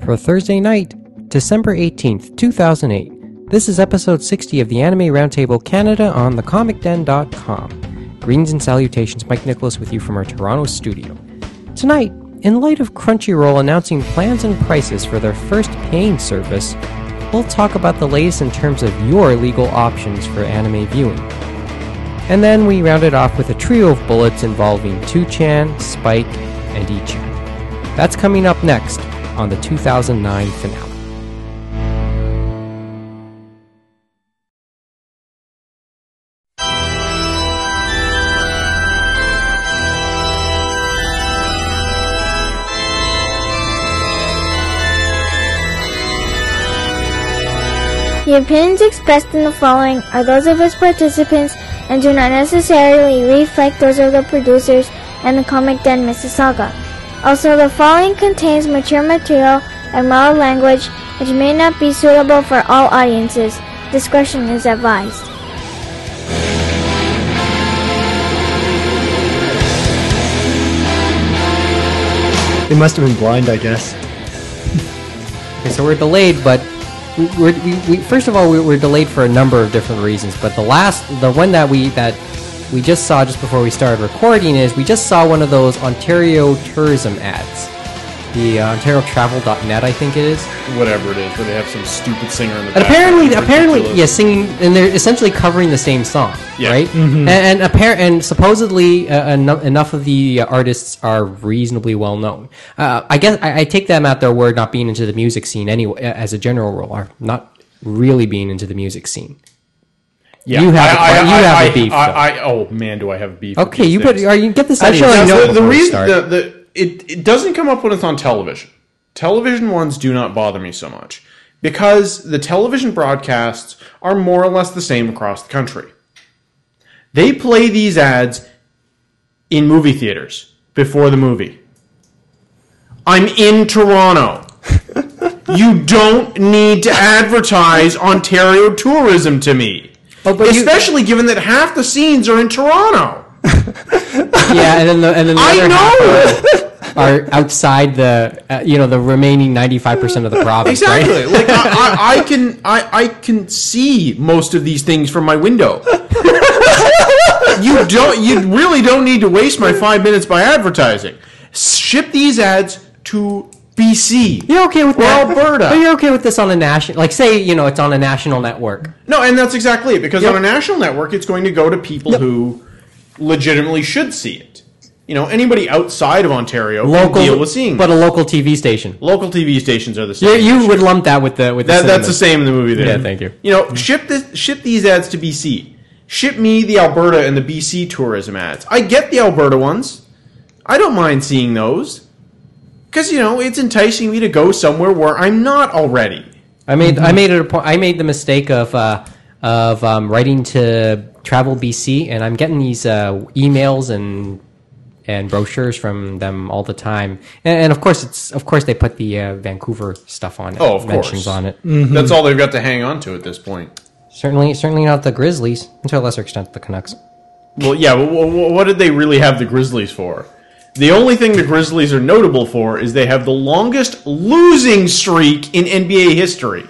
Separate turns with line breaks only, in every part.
for Thursday night, December 18th, 2008. This is episode 60 of the Anime Roundtable Canada on thecomicden.com. Greetings and salutations, Mike Nicholas with you from our Toronto studio. Tonight, in light of Crunchyroll announcing plans and prices for their first paying service, we'll talk about the latest in terms of your legal options for anime viewing. And then we round it off with a trio of bullets involving 2chan, Spike, and Echan. That's coming up next on the 2009 finale.
The opinions expressed in the following are those of its participants and do not necessarily reflect those of the producers and the Comic Den Mississauga. Also, the following contains mature material and mild language which may not be suitable for all audiences. Discretion is advised.
They must have been blind, I guess.
Okay, so we're delayed, but we, we're, we, we first of all we were delayed for a number of different reasons. But the last, the one that we that we just saw just before we started recording is we just saw one of those Ontario tourism ads, the uh, OntarioTravel.net, I think it is.
whatever it is, where they have some stupid singer in the
And apparently,
background.
apparently,
Ridiculous.
yeah, singing, and they're essentially covering the same song,
Yeah.
right? And, and appar- and supposedly, uh, eno- enough of the uh, artists are reasonably well known. Uh, I guess I, I take them at their word, not being into the music scene anyway, as a general rule, or not really being into the music scene.
Yeah.
You have a- you have a
I-
beef,
I, I, oh man, do I have beef? with
Okay,
these
you put,
things.
are you get this? out of your
Actually,
system
no, the, the
before we
reason
start.
the, the it, it doesn't come up when it's on television. Television ones do not bother me so much because the television broadcasts are more or less the same across the country. They play these ads in movie theaters before the movie. I'm in Toronto. you don't need to advertise Ontario tourism to me.
Oh, but you-
Especially given that half the scenes are in Toronto.
yeah, and then the, and then the
I
other half
know.
are outside the, uh, you know, the remaining ninety five percent of the province. right?
Exactly. Like I, I, I can I, I can see most of these things from my window. you don't you really don't need to waste my five minutes by advertising. Ship these ads to BC.
You're okay with
Or
that.
Alberta.
But you're okay with this on a national, like say, you know, it's on a national network.
No, and that's exactly it, because
Yep.
on a national network it's going to go to people who legitimately should see it. You know, anybody outside of Ontario
Local,
can deal with seeing
but
it.
a local TV station.
local TV stations are
You,
the same.
you would lump that with the with
That,
the
that's the
cinnamon.
same in the movie. There.
Yeah, thank you.
You know, ship this, ship these ads to BC. Ship me the Alberta and the BC tourism ads. I get the Alberta ones. I don't mind seeing those because you know it's enticing me to go somewhere where I'm not already.
I made I made it a point. I made the mistake of uh, of um, writing to Travel BC, and I'm getting these uh, emails and and brochures from them all the time. And, and of course, it's of course they put the uh, Vancouver stuff on it.
Oh, of
mentions
course.
on it. Mm.
Mm-hmm. That's all they've got to hang on to at this point.
Certainly, certainly not the Grizzlies, and to a lesser extent the Canucks.
Well, yeah. But wh- wh- what did they really have the Grizzlies for? The only thing the Grizzlies are notable for is they have the longest losing streak in NBA history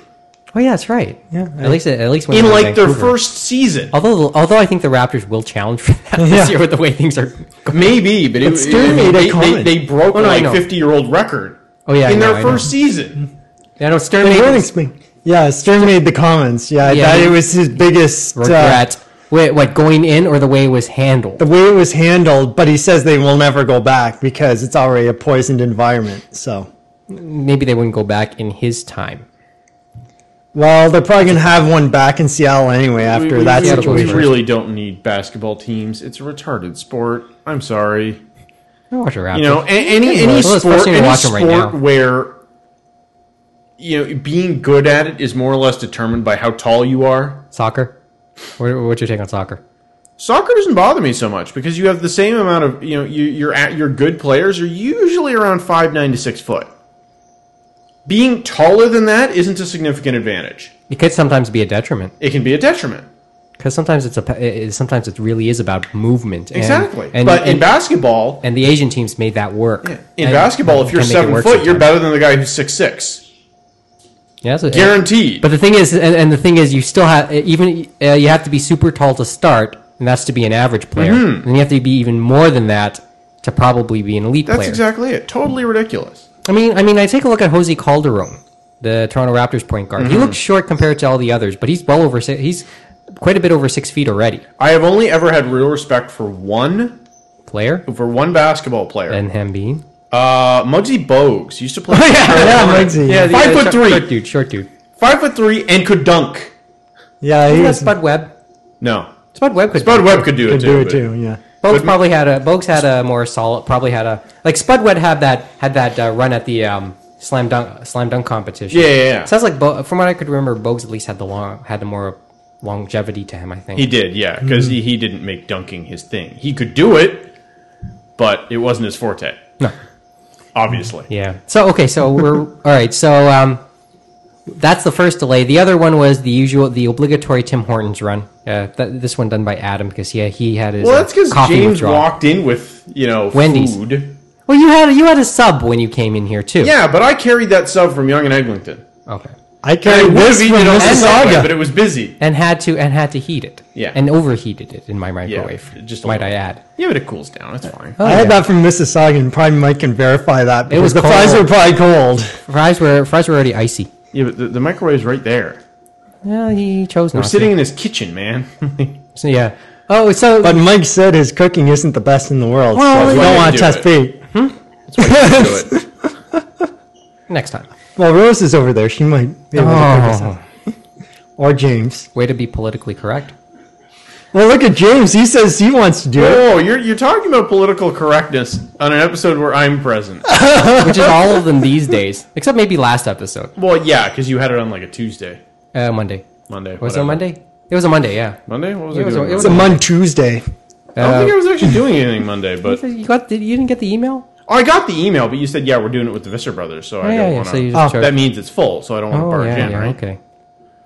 Oh yeah, that's right. Yeah, at least at least when
in
they were
like their
Vancouver.
first season.
Although, although I think the Raptors will challenge for that this year with the way things are. going.
Maybe, but it,
But still
I mean,
made a
they, they,
comment.
they broke
Oh, no, I
like
know.
fifty year old record.
Oh, yeah, I
in
know,
their
I
first season.
I know Stern
They
made
weren't
this
explaining. Yeah, Stern made the comments. Yeah, I
Yeah,
thought
he-
it was his biggest uh,
regret. Wait, what going in or the way it was handled?
the way it was handled, but he says they will never go back because it's already a poisoned environment. So,
Maybe they wouldn't go back in his time.
well, they're probably gonna have one back in Seattle
We,
anyway after
we-
that
we- we
situation.
really don't need basketball teams. It's a retarded sport. I'm sorry.
I watch the Raptors.
You know, a- any
Well,
any
it's
sport,
frustrating to
any
watch 'em
sport
right now.
where you know being good at it is more or less determined by how tall you are.
soccer. What, what's your take on soccer?
Soccer doesn't bother me so much because you have the same amount of you know you, you're at your good players are usually around five nine to six foot. Being taller than that isn't a significant advantage.
It could sometimes be a detriment
it can be a detriment.
because sometimes it's a pa- it- it- sometimes it really is about movement. and-
Exactly.
And,
but in
and,
basketball,
and the Asian teams made that work.
in
And
basketball,
they
if you're
can make it
seven
work
foot, you're
sometimes.
better than the guy who's six six.
Yeah, that's what-
Guaranteed.
But the thing is, and, and the thing is, you still have even uh, you have to be super tall to start, and that's to be an average player. And you have to be even more than that to probably be an elite
That's
player.
exactly it. Totally ridiculous.
I mean, I mean, I take a look at Jose Calderon, the Toronto Raptors point guard. He looks short compared to all the others, but he's well over six. He's quite a bit over six feet already.
I have only ever had real respect for one
Player
for one basketball player.
and him being
uh, Muggsy Bogues used to play.
yeah, Muggsy.
Yeah, the
Five
other
foot
short-
three.
short dude, short dude.
Five foot three and could dunk.
Yeah, he
That's
was,
Spud Webb.
No,
Spud Webb could.
Bud Webb could do
could
it
do
too.
it
but-
too. Yeah,
Bogues probably had a Bogues had a more solid. Probably had a like Spud Webb had that had that uh, run at the um, slam dunk slam dunk competition.
Yeah, yeah, yeah.
Sounds like Bo- from what I could remember, Bogues at least had the long had the more longevity to him. I think.
He did, yeah,
Mm-hmm.
because he, he didn't make dunking his thing. He could do it, but it wasn't his forte.
No.
Obviously.
Yeah. So okay, so we're all right. So um, that's the first delay. The other one was the usual, the obligatory Tim Hortons run. Uh, th- this one done by Adam because he he had his
Well,
uh,
that's because
coffee
James
withdrawal.
walked in with, you know,
Wendy's.
food.
Well, you had you had a sub when you came in here too.
Yeah, but I carried that sub from Young and Eglinton.
Okay.
I
I
carried
would have
this from
eaten it on the subway, but
Mississauga.
it was busy.
And had to and had to heat it.
Yeah.
And overheated it in my microwave.
just
just
a
might I
little.
add.
Yeah, but it cools down. It's fine.
Oh,
I
yeah.
had that from Mississauga, and probably Mike can verify that. Because
was
the fries
cold.
were probably cold.
Fries were fries were already icy.
Yeah, but the, the microwave's right there.
Yeah, he chose
We're
not
sitting in his kitchen, man.
to. So, yeah. Oh, so
But Mike said his cooking isn't the best in the world,
Well,
so we
that's
don't
why
want
they
to
do
test Pete.
Let's do it.
next time.
Well, Rose is over there. She might be able to figure something.
Oh,
Or James.
way to be politically correct.
Well, look at James. He says he wants to do it.
Whoa, you're, you're talking about political correctness on an episode where I'm present.
Which is all of them these days, except maybe last episode,
well, yeah, because you had it on like a Tuesday,
uh, Monday.
Monday.
Was it
whatever.
on Monday? It was a Monday, yeah.
Monday? What was
It
I
was-
doing?
it was
It's a Mon Tuesday.
I don't think I was actually doing anything Monday, but
Uh, you got? Did, you didn't get the email?
oh, I got the email. But you said, yeah, we're doing it with the Visser brothers, so
Oh,
I
yeah,
don't
yeah.
want to.
So you just
Oh,
chose.
that means it's full, so I don't want to
oh,
barge
yeah,
in,
yeah.
right? Uh,
Okay.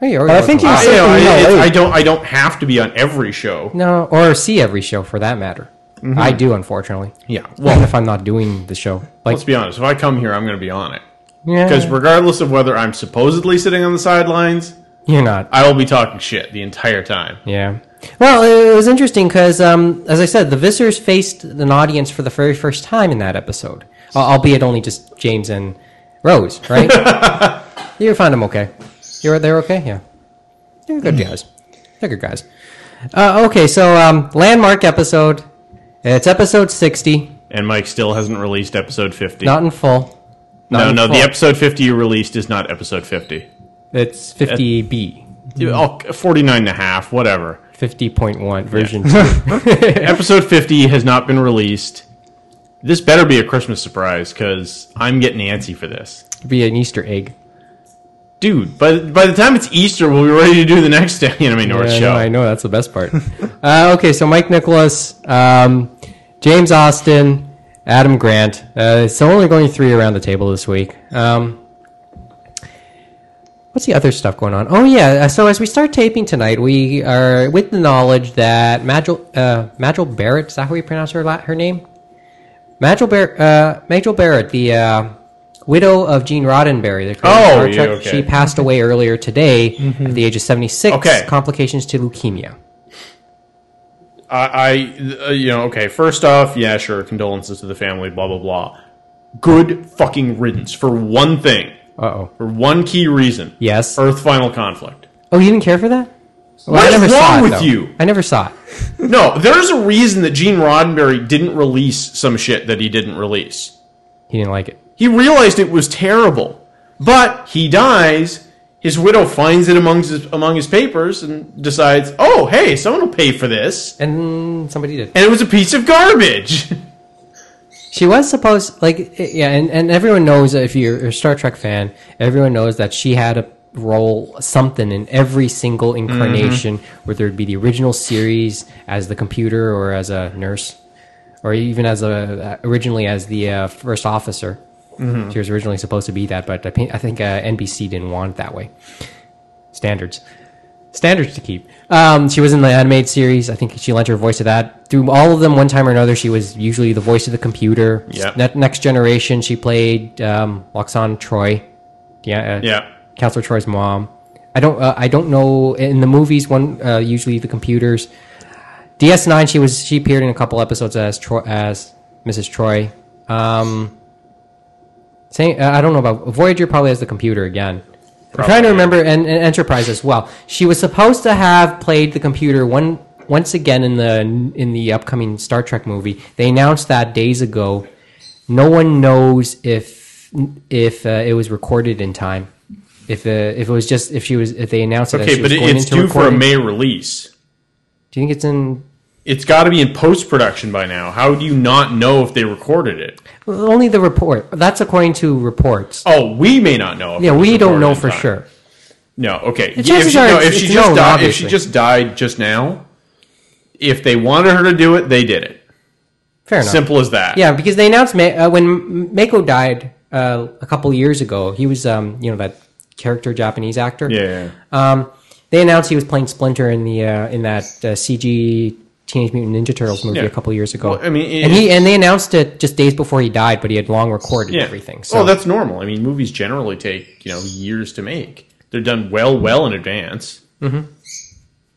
Hey, you already
I
went
think
to-
you
I, you know,
Something
I- it's-
LA.
I don't. I don't have to be on every show.
no, or see every show for that matter. I do, unfortunately.
Yeah.
Even
Mm-hmm. Well,
if I'm not doing the show, like
let's be honest. If I come here, I'm going to be on it because
yeah,
regardless of whether I'm supposedly sitting on the sidelines,
you're not.
I will be talking shit the entire time.
Yeah. Well, it was interesting because, um, as I said, the Vissers faced an audience for the very first time in that episode, al- albeit only just James and Rose, right? you found them okay. You were they're okay, yeah. They're good guys. They're good guys. Uh, okay, so um, landmark episode. It's episode sixty,
And Mike still hasn't released episode fifty.
not in full. Not
no,
in
no. The
full.
episode fifty you released is not episode fifty.
It's fifty B,
Oh,
Mm-hmm.
49 and a half, whatever.
fifty point one version two.
episode 50 has not been released. This better be a Christmas surprise because I'm getting antsy for this.
Be an Easter egg.
Dude, by, by the time it's Easter, we'll be ready to do the next Anime North
Yeah, I
show.
know, I know that's the best part. uh, okay, so Mike Nicholas, um, James Austin, Adam Grant. Uh, so only going three around the table this week. Um, what's the other stuff going on? Oh yeah, uh, so as we start taping tonight, we are with the knowledge that Magil uh, Magil Barrett. Is that how you pronounce her la- her name? Magil Barrett. Uh, Magil Barrett, the uh, widow of Gene Roddenberry. The creator of
Oh,
Star
yeah,
Trek.
okay. Mm-hmm.
She passed away earlier today at the age of 76
Okay.
complications to leukemia
I, I uh, you know, okay, first off, yeah, sure, condolences to the family, blah, blah, blah. Good fucking riddance for one thing,
uh-oh
for one key reason.
yes
Earth Final Conflict.
oh you didn't care for that Well,
Er What is wrong
it,
with
though.
you?
i never saw it
No, there's a reason that Gene Roddenberry didn't release some shit that he didn't release.
he didn't like it
He realized it was terrible, but he dies. His widow finds it amongst his, among his papers and decides, "Oh, hey, someone will pay for this."
and somebody did
And it was a piece of garbage.
she was supposed like i- yeah and, and everyone knows that if you're a star trek fan everyone knows that she had a role something in every single incarnation whether it be the original series as the computer or as a nurse or even as a originally as the uh, first officer she was originally supposed to be that but i, pe- I think uh, nbc didn't want it that way standards standards to keep. Um, she was in the animated series. I think she lent her voice to that. Through all of them, one time or another, she was usually the voice of the computer.
Yep.
Ne- Next Generation, she played um, Loxane Troy. Yeah. Uh,
yeah,
Counselor Troy's mom. I don't. Uh, I don't know. In the movies, one uh, usually the computers. DS9. She was. She appeared in a couple episodes as Troy, as Mrs. Troy. Um, same. Uh, I don't know about Voyager. Probably as the computer again. I'm trying to remember, and, and Enterprise as well. She was supposed to have played the computer one once again in the in the upcoming Star Trek movie. They announced that days ago. No one knows if if uh, it was recorded in time. If uh, if it was just if she was if they announced it, as
Okay,
she
but
was
it,
going
it's
into
due for a
recording.
May release.
Do you think it's in?
It's got to be in post production by now. How do you not know if they recorded it?
well, Only the report. That's according to reports.
Oh, we may not know. If
yeah,
it was
we don't
recorded
know
in
for
time.
sure.
No, okay.
The chances
if she,
are
no,
it's-
if she
it's
just
known,
died, if
obviously.
she just died just now, if they wanted her to do it, they did it.
Fair enough.
Simple as that.
Yeah, because they announced Ma- uh, when Mako died uh, a couple years ago. He was, um, you know, that character Japanese actor.
Yeah, yeah.
Um, they announced he was playing Splinter in the uh, in that uh, CG Teenage Mutant Ninja Turtles movie
Yeah.
a couple years ago.
Well, I mean, it-
and he and they announced it just days before he died, but he had long recorded
Yeah.
everything. So
Oh, that's normal. I mean, movies generally take you know years to make. They're done well, well in advance, mm-hmm.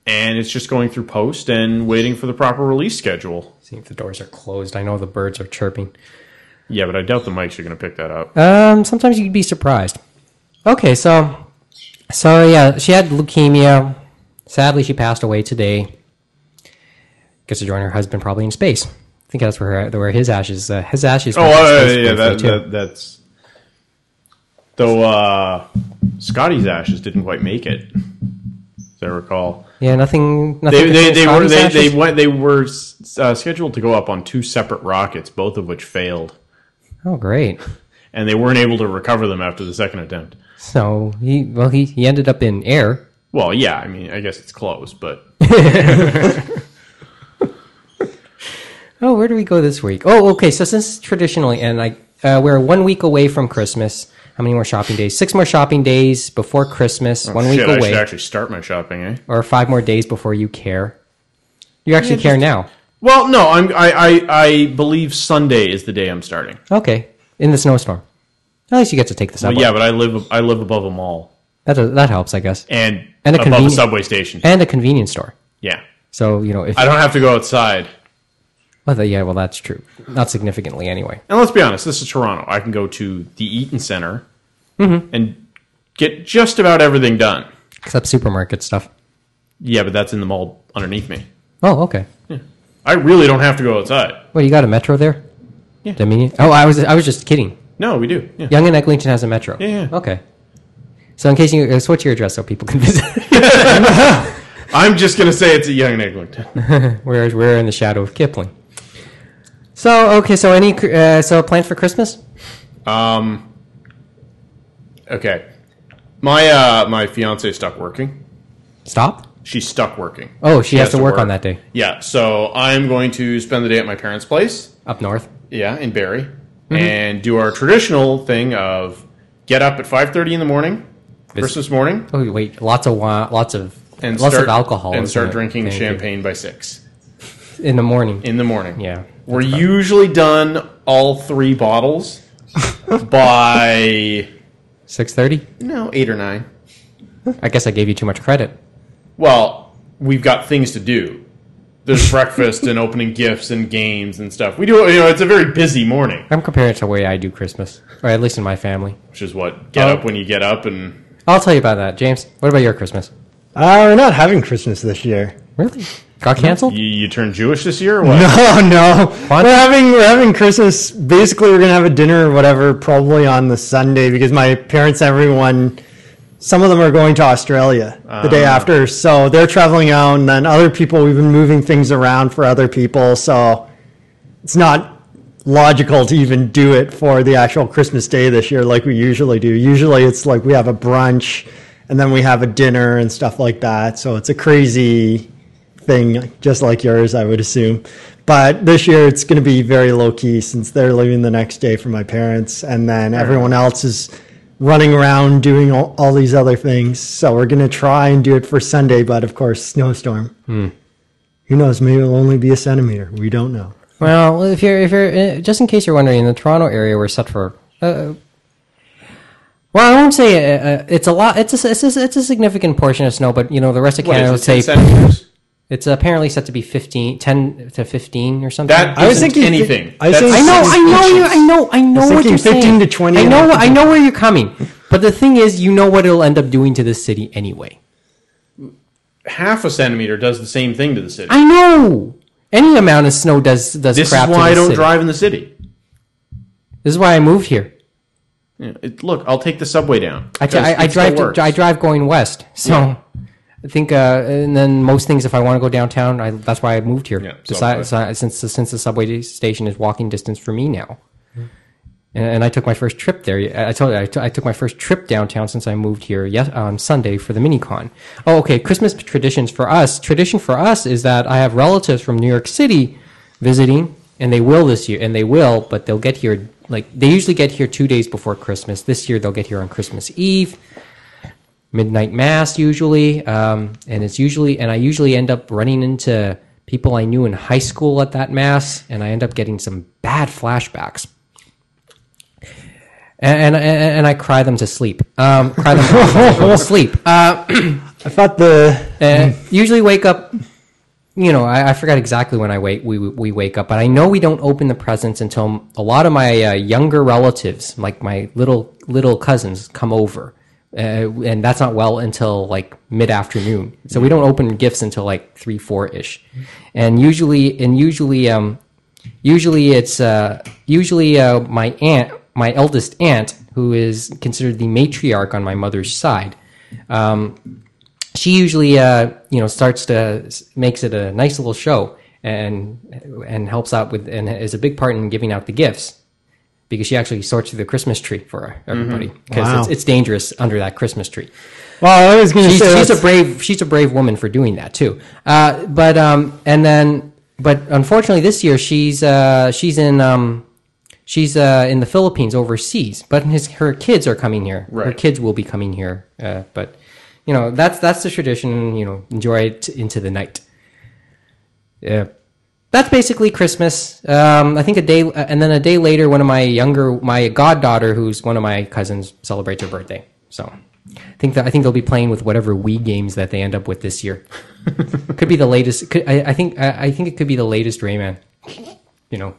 and it's just going through post and waiting for the proper release schedule.
see if the doors are closed. I know the birds are chirping.
Yeah, but I doubt the mics are going to pick that up.
Um, sometimes you'd be surprised. Okay, so so yeah, she had leukemia. Sadly, she passed away today. Gets to join her husband probably in space. I think that's where her, where his ashes uh, his ashes.
oh,
went to
uh,
space
yeah,
briefly,
that,
too.
that, that's though. Uh, Scotty's ashes didn't quite make it, as I recall.
yeah, nothing. nothing
They
to
they,
fix
they were
Scotty's
they,
ashes?
they went they were uh, scheduled to go up on two separate rockets, both of which failed,
Oh, great.
and they weren't able to recover them after the second attempt.
So he well he, he ended up in air.
Well, yeah, I mean, I guess it's close, but
Oh, where do we go this week? Oh, okay. So since traditionally, and I, uh, we're one week away from Christmas. How many more shopping days? Six more shopping days before Christmas. One
Oh, shit,
week
I
away.
should actually start my shopping, eh?
or five more days before you care. You actually care now.
Well, no, I'm I, I I believe Sunday is the day I'm starting.
Okay, in the snowstorm. At least you get to take the subway.
But yeah, but I live I live above a mall
that does- that helps, I guess.
and,
And a
above a
conveni-
subway station.
And a convenience store.
yeah,
So you know if
I don't have to go outside.
well, th- yeah, well that's true. Not significantly anyway.
And let's be honest, this is Toronto. I can go to the Eaton Center
Mm-hmm.
and get just about everything done.
Except supermarket stuff.
Yeah, but that's in the mall underneath me.
Oh, okay.
I really don't have to go outside.
Well, you got a metro there.
Yeah.
Dominion. Oh, I was I was just kidding.
No, we do. Yeah.
Young and Eglinton has a metro.
Yeah, yeah.
Okay. So in case you uh, what's your address so people can visit.
I'm just gonna say it's at Young and Eglinton.
we're we're in the shadow of Kipling. So okay, so any cr- uh, so plans for Christmas?
Um. Okay, my uh, my fiance stuck working.
Stop.
She's stuck working.
Oh, she, has, to, work, on that day
Yeah, so I'm going to spend the day at my parents' place.
up north.
Yeah, in Barrie,
Mm-hmm.
and do our traditional thing of get up at 5:30 in the morning, Christmas morning,
Oh wait, lots of wi- lots of
and
lots
start
of alcohol
and
isn't
start
it?
drinking
Thank you.
champagne by six
in the morning.
in the morning.
yeah,
We're usually done all three bottles by
six thirty.
no eight or nine.
I guess I gave you too much credit.
Well, we've got things to do. There's breakfast and opening gifts and games and stuff. We do, you know, it's a very busy morning,
I'm comparing it to the way I do Christmas, or at least in my family.
which is what get
Oh.
up when you get up and
I'll tell you about that, James. What about your Christmas?
Uh, we're not having Christmas this year.
Really? Got canceled?
you, you turn Jewish this year or what?
Oh no,
What?
we're having we're having Christmas. Basically, we're gonna have a dinner or whatever, probably on the Sunday because my parents, everyone, some of them are going to Australia the day after, so they're traveling out, and then other people we've been moving things around for other people, so it's not logical to even do it for the actual Christmas day this year like we usually do. Usually, it's like we have a brunch. And then we have a dinner and stuff like that. So it's a crazy thing, just like yours, I would assume. But this year it's going to be very low key since they're leaving the next day for my parents, and then everyone else is running around doing all, all these other things. So we're going to try and do it for Sunday, but of course, snowstorm. Who knows? Maybe it'll only be a centimeter. We don't know.
Well, if you're if you're uh, just in case you're wondering, in the Toronto area, we're set for uh, Well, I won't say uh, uh, it's a lot. It's a, it's a it's a significant portion of snow, but you know the rest of
What
Canada
is
would
it, 10
say
centimeters?
it's apparently set to be 15, 10 to fifteen or something.
That
I was
isn't
thinking-
anything.
I was
That's-
I know,
six
I know
inches.
you. I know, I know what
thinking
you're saying.
15 to 20
I
and
know,
I'm
I
thinking-
know where you're coming. But the thing is, you know what it'll end up doing to this city anyway.
half a centimeter does the same thing to the city.
I know. Any amount of snow does does
this is
crap. to
why I
this
don't
city.
drive in the city.
This is why I moved here.
Yeah, it- look, I'll take the subway down.
I, t-
Because
I, I
it still
drive.
works.
To, I drive going west. So I think, uh, and then most things, if I want to go downtown, I, that's why I moved here.
Yeah,
Besides,
subway.
si- since the, since the subway station is walking distance for me now, and, and I took my first trip there. I- I told you I t- I took my first trip downtown since I moved here. Yes, on Sunday for the mini con. Oh, okay. Christmas traditions for us. Tradition for us is that I have relatives from New York City visiting, and they will this year, and they will, but they'll get here. Like they usually get here two days before Christmas. This year they'll get here on Christmas Eve midnight mass usually um, and it's usually and i usually end up running into people i knew in high school at that mass and i end up getting some bad flashbacks and and, and i cry them to sleep um, cry them to sleep uh,
I thought the
and Uh, usually wake up you know I, I forgot exactly when i wake we, we wake up but i know we don't open the presents until a lot of my uh, younger relatives like my little little cousins come over uh, and that's not well until like mid-afternoon so we don't open gifts until like three four ish and usually and usually um usually it's uh usually uh my aunt my eldest aunt who is considered the matriarch on my mother's side she usually uh, you know starts to makes it a nice little show and and helps out with and is a big part in giving out the gifts because she actually sorts through the Christmas tree for everybody because
Wow.
it's, it's dangerous under that Christmas tree.
well, I was going to
She's,
say
she's
that's-
a brave she's a brave woman for doing that too. Uh, but um, and then but unfortunately this year she's uh, she's in um, she's uh, in the Philippines overseas. But his her kids are coming here. Her
Right.
kids will be coming here. Uh, but you know that's that's the tradition. You know enjoy it into the night. Yeah. That's basically Christmas. Um, I think a day, and then a day later, one of my younger, my goddaughter, who's one of my cousins, celebrates her birthday. So, I think that I think they'll be playing with whatever Wii games that they end up with this year. could be the latest. Could, I, I think I, I think it could be the latest Rayman. You know,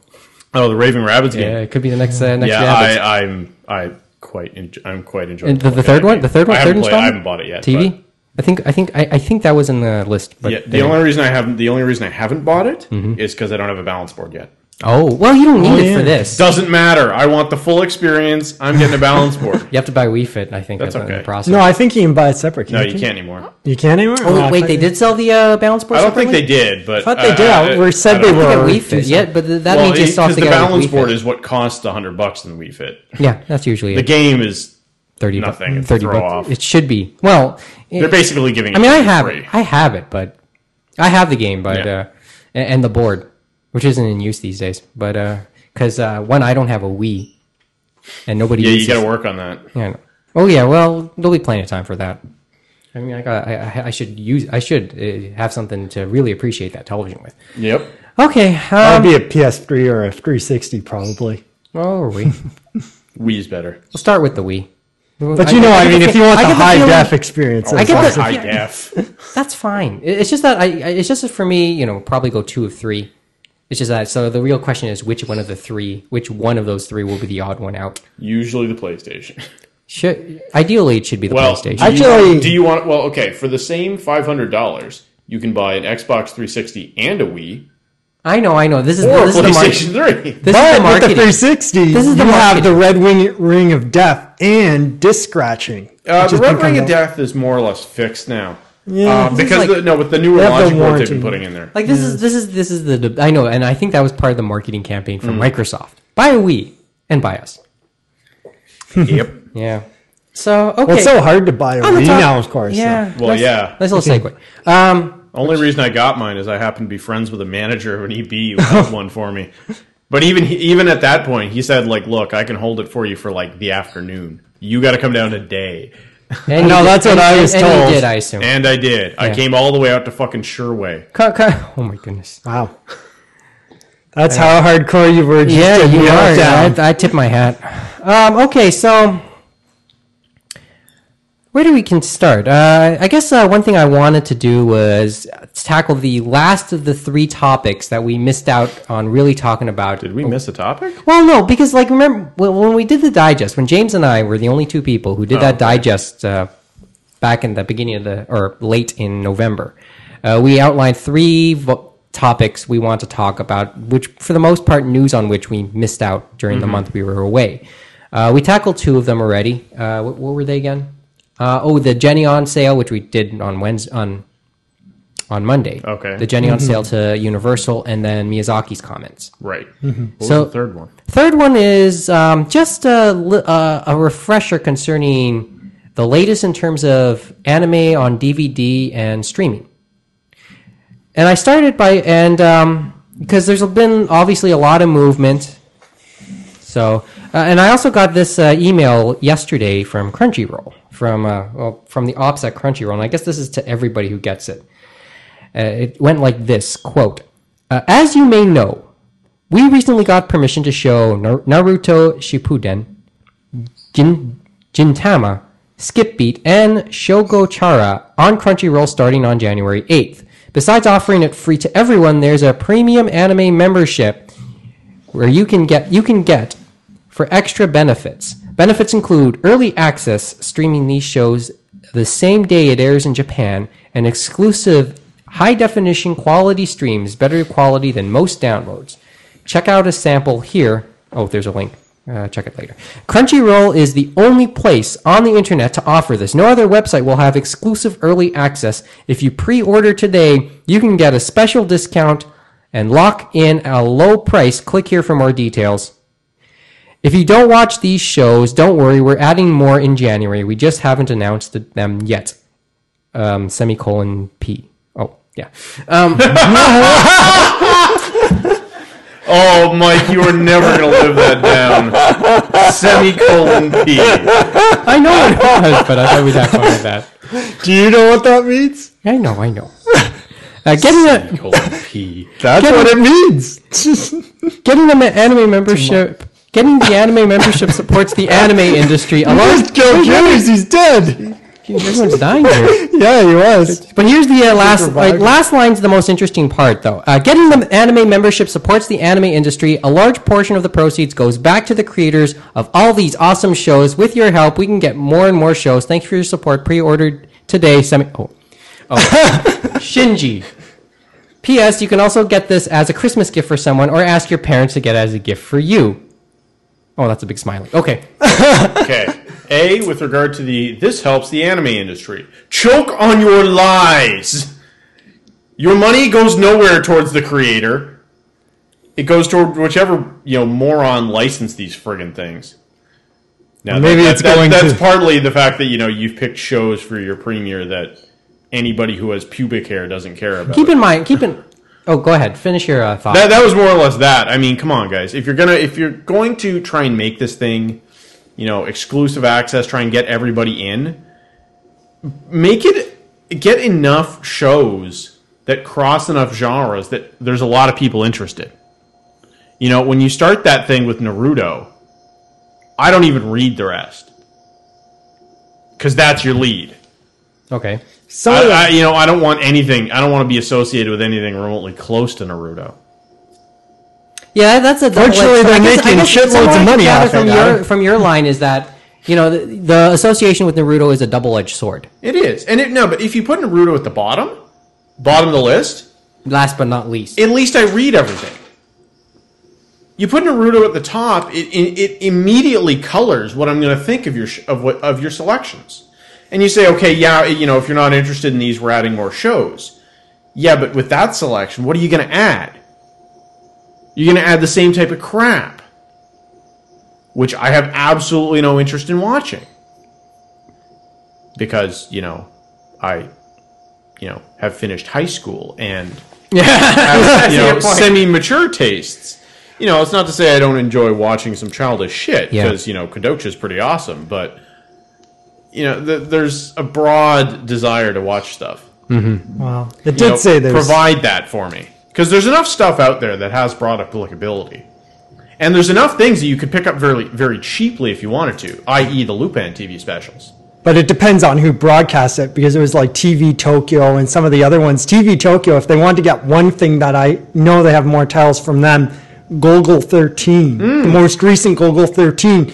oh, the Raving Rabbits
yeah,
game.
it could be the next uh, next.
Yeah,
Rabbids.
I, I'm I quite enj I'm quite enjoying
And the,
playing
the
that
third one,
game.
the third one,
I
third
haven't played- I
installment?
haven't bought it yet.
TV.
but-
I think I think I, I think that was in the list. But
yeah,
they-
the only reason I haven't the only reason I haven't bought it is because I don't have a balance board yet.
oh well, you don't need it for
yeah.
this.
Doesn't matter. I want the full experience. I'm getting a balance board.
You have to buy Wii Fit. I think
That's
in the
okay.
process.
no, I think you can buy it separate.
No,
Can't
you can't anymore.
You can't anymore.
Oh,
I
wait,
thought
they
you-
did sell the uh, balance board.
I don't think they
separately?
did, but
thought they did.
I- I-
We said
Uh, I
they
don't know.
were.
They got
Or
Wii Fit. Yeah, but th- that
Well,
means you still have
because
to
the
get a
balance
Wii
board
Fit.
is what costs hundred bucks in the Wii Fit.
yeah, that's usually
The
it.
game is
thirty bucks.
nothing, it's a
Thirty
throw
bucks.
off.
It should be. Well, it-
they're basically giving.
I mean,
it
I
for
have
free.
it. I have it, but I have the game, but
Yeah.
uh, a- and the board, which isn't in use these days. But because uh, one, I don't have a Wii, and nobody.
Yeah, you
uses
got to work on that.
Yeah, I know. Oh yeah. Well, there'll be plenty of time for that. I mean, I got. I, I- I should use. I should uh, have something to really appreciate that television with.
Yep.
Okay.
That
Um,
would be a PS3 or a 360 probably.
well, or Wii.
Wii's better.
We'll start with the Wii.
But you know, I, mean, if you want the high def experience,
I get
that's
the-
awesome.
High def.
that's fine. It- It's just that I, I- it's just that for me, you know, probably go two of three. It's just that. So the real question is, which one of the three, which one of those three will be the odd one out?
Usually the PlayStation.
Should ideally it should be the
Well,
PlayStation.
do you-
Actually-
do you want? Well, okay, for the same five hundred dollars, you can buy an Xbox 360 and a Wii,
I know, I know. This is
or a
this is the market.
PlayStation 3.
This is the
But with the
marketing.
360,
This is the
you have the
marketing.
red wing, ring of death and disc scratching.
Uh,
which
the
has
Red
become
Ring of
the-
Death is more or less fixed now.
Yeah,
Uh,
this
is
because
like-
the, no, with the newer
They have the
logic board they've been
warranty.
putting in there.
Like this is this is this is the de- I know, and I think that was part of the marketing campaign from
Mm.
Microsoft. Buy a Wii and buy us.
yep.
Yeah. So okay.
Well, it's so hard to buy a
On the
Wii
top-
now, of course. so.
Yeah.
Well,
nice-
yeah.
Nice little segue. Um.
Only reason I got mine is I happened to be friends with a manager of an EB who had one for me. But even he- even at that point, he said like, "Look, I can hold it for you for like the afternoon. You got to come down today."
And
No,
you did-
that's what
and-
I was
and, And
told.
you did, I assume.
And I did. I
Yeah.
came all the way out to fucking Sherway.
Cut, cut. Oh my goodness.
Wow. That's how hardcore you were. Just
Yeah,
to
you
nail it
are.
down.
I, I tip my hat. Um, okay, so Where do we can start? Uh, I guess uh, one thing I wanted to do was tackle the last of the three topics that we missed out on really talking about.
Did we miss a topic?
Well, no, because like remember when when we did the digest, when James and I were the only two people who did that digest uh, back in the beginning of the or late in November, uh, we outlined three vo- topics we want to talk about, which for the most part news on which we missed out during the month we were away. Uh, we tackled two of them already. Uh, what, what were they again? Uh, oh, the Jenny on sale, which we did on Wednesday on on Monday.
Okay.
the Jenny on sale to Universal, and then Miyazaki's comments.
Right. What was
So-
the third one?
Third one is um, just a, li- uh, a refresher concerning the latest in terms of anime on DVD and streaming. And I started by and because there's been obviously a lot of movement. So uh, and I also got this uh, email yesterday from Crunchyroll from uh, well, from the ops at Crunchyroll, and I guess this is to everybody who gets it. Uh, it went like this quote: uh, "As you may know." We recently got permission to show Nar- Naruto Shippuden, Jin- Jintama, Skip Beat, and Shogo Chara on Crunchyroll starting on January 8th. Besides offering it free to everyone, there's a premium anime membership where you can get you can get for extra benefits. Benefits include early access streaming these shows the same day it airs in Japan and exclusive high definition quality streams, better quality than most downloads. Check out a sample here. Oh, there's a link. Uh, check it later. Crunchyroll is the only place on the internet to offer this. No other website will have exclusive early access. If you pre order today, you can get a special discount and lock in a low price. Click here for more details. If you don't watch these shows, don't worry. We're adding more in January. We just haven't announced th- them yet. Um, semicolon P. Oh, yeah. Um,
Oh, Mike, you are never going to live that down. Semicolon P.
I know it was, but I thought we'd have fun with that.
Do you know what that means?
I know, I know. Uh, getting a,
Colon P.
That's
Get
what
it.
it means.
Getting the ma- anime membership, getting the anime membership supports the anime industry. A lot
Just kill Jimmy's. He's dead.
everyone's dying here.
Yeah, he was.
But here's the uh, last
survived.
like, last line's the most interesting part though. Uh, getting the anime membership supports the anime industry. A large portion of the proceeds goes back to the creators of all these awesome shows. With your help, we can get more and more shows. Thanks for your support. Pre-ordered today. Semi. Oh, oh. Shinji. P.S. You can also get this as a Christmas gift for someone, or ask your parents to get it as a gift for you. Oh, that's a big smiley. Okay.
Okay. A, with regard to the this helps the anime industry. Choke on your lies. Your money goes nowhere towards the creator. It goes toward whichever, you know, moron licensed these friggin' things. Now
Maybe it's going
that's
to-
partly the fact that, you know, you've picked shows for your premiere that anybody who has pubic hair doesn't care about.
Keep in mind. Keep in. Oh, go ahead. Finish your uh, thought.
That, that was more or less that. I mean, come on, guys. If you're gonna, if you're going to try and make this thing, you know, exclusive access, try and get everybody in, make it get enough shows that cross enough genres that there's a lot of people interested. You know, when you start that thing with Naruto, I don't even read the rest because that's your lead.
okay.
Some of
I,
the-
I, you know, I don't want anything. I don't want to be associated with anything remotely close to Naruto.
Yeah, that's a double-edged
Virtually
sword.
they're
I guess- I
making
guess
shitloads
so what
of
I
money
gather
off it,
from
Adam.
your from your line is that you know the, the association with Naruto is a double-edged sword.
It is, and it, no, but if you put Naruto at the bottom, bottom of the list,
Last but not least,
at least I read everything. You put Naruto at the top, it, it, it immediately colors what I'm going to think of your sh- of what of your selections. And you say, okay, yeah, you know, if you're not interested in these, we're adding more shows. Yeah, but with that selection, what are you going to add? You're going to add the same type of crap, which I have absolutely no interest in watching because you know, I, you know, have finished high school and you know, semi-mature tastes. You know, it's not to say I don't enjoy watching some childish shit
Yeah.
because you know Kadocha's pretty awesome, but you know, th- there's a broad desire to watch stuff.
wow. It
You
did
know,
say there's.
provide that for me because there's enough stuff out there that has broad applicability, e, and there's enough things that you could pick up very very cheaply if you wanted to, i.e., the Lupin TV specials.
but it depends on who broadcasts it because it was like TV Tokyo and some of the other ones. TV Tokyo, if they want to get one thing that I know they have more titles from them, Gogol 13,
Mm.
the most recent Gogol 13,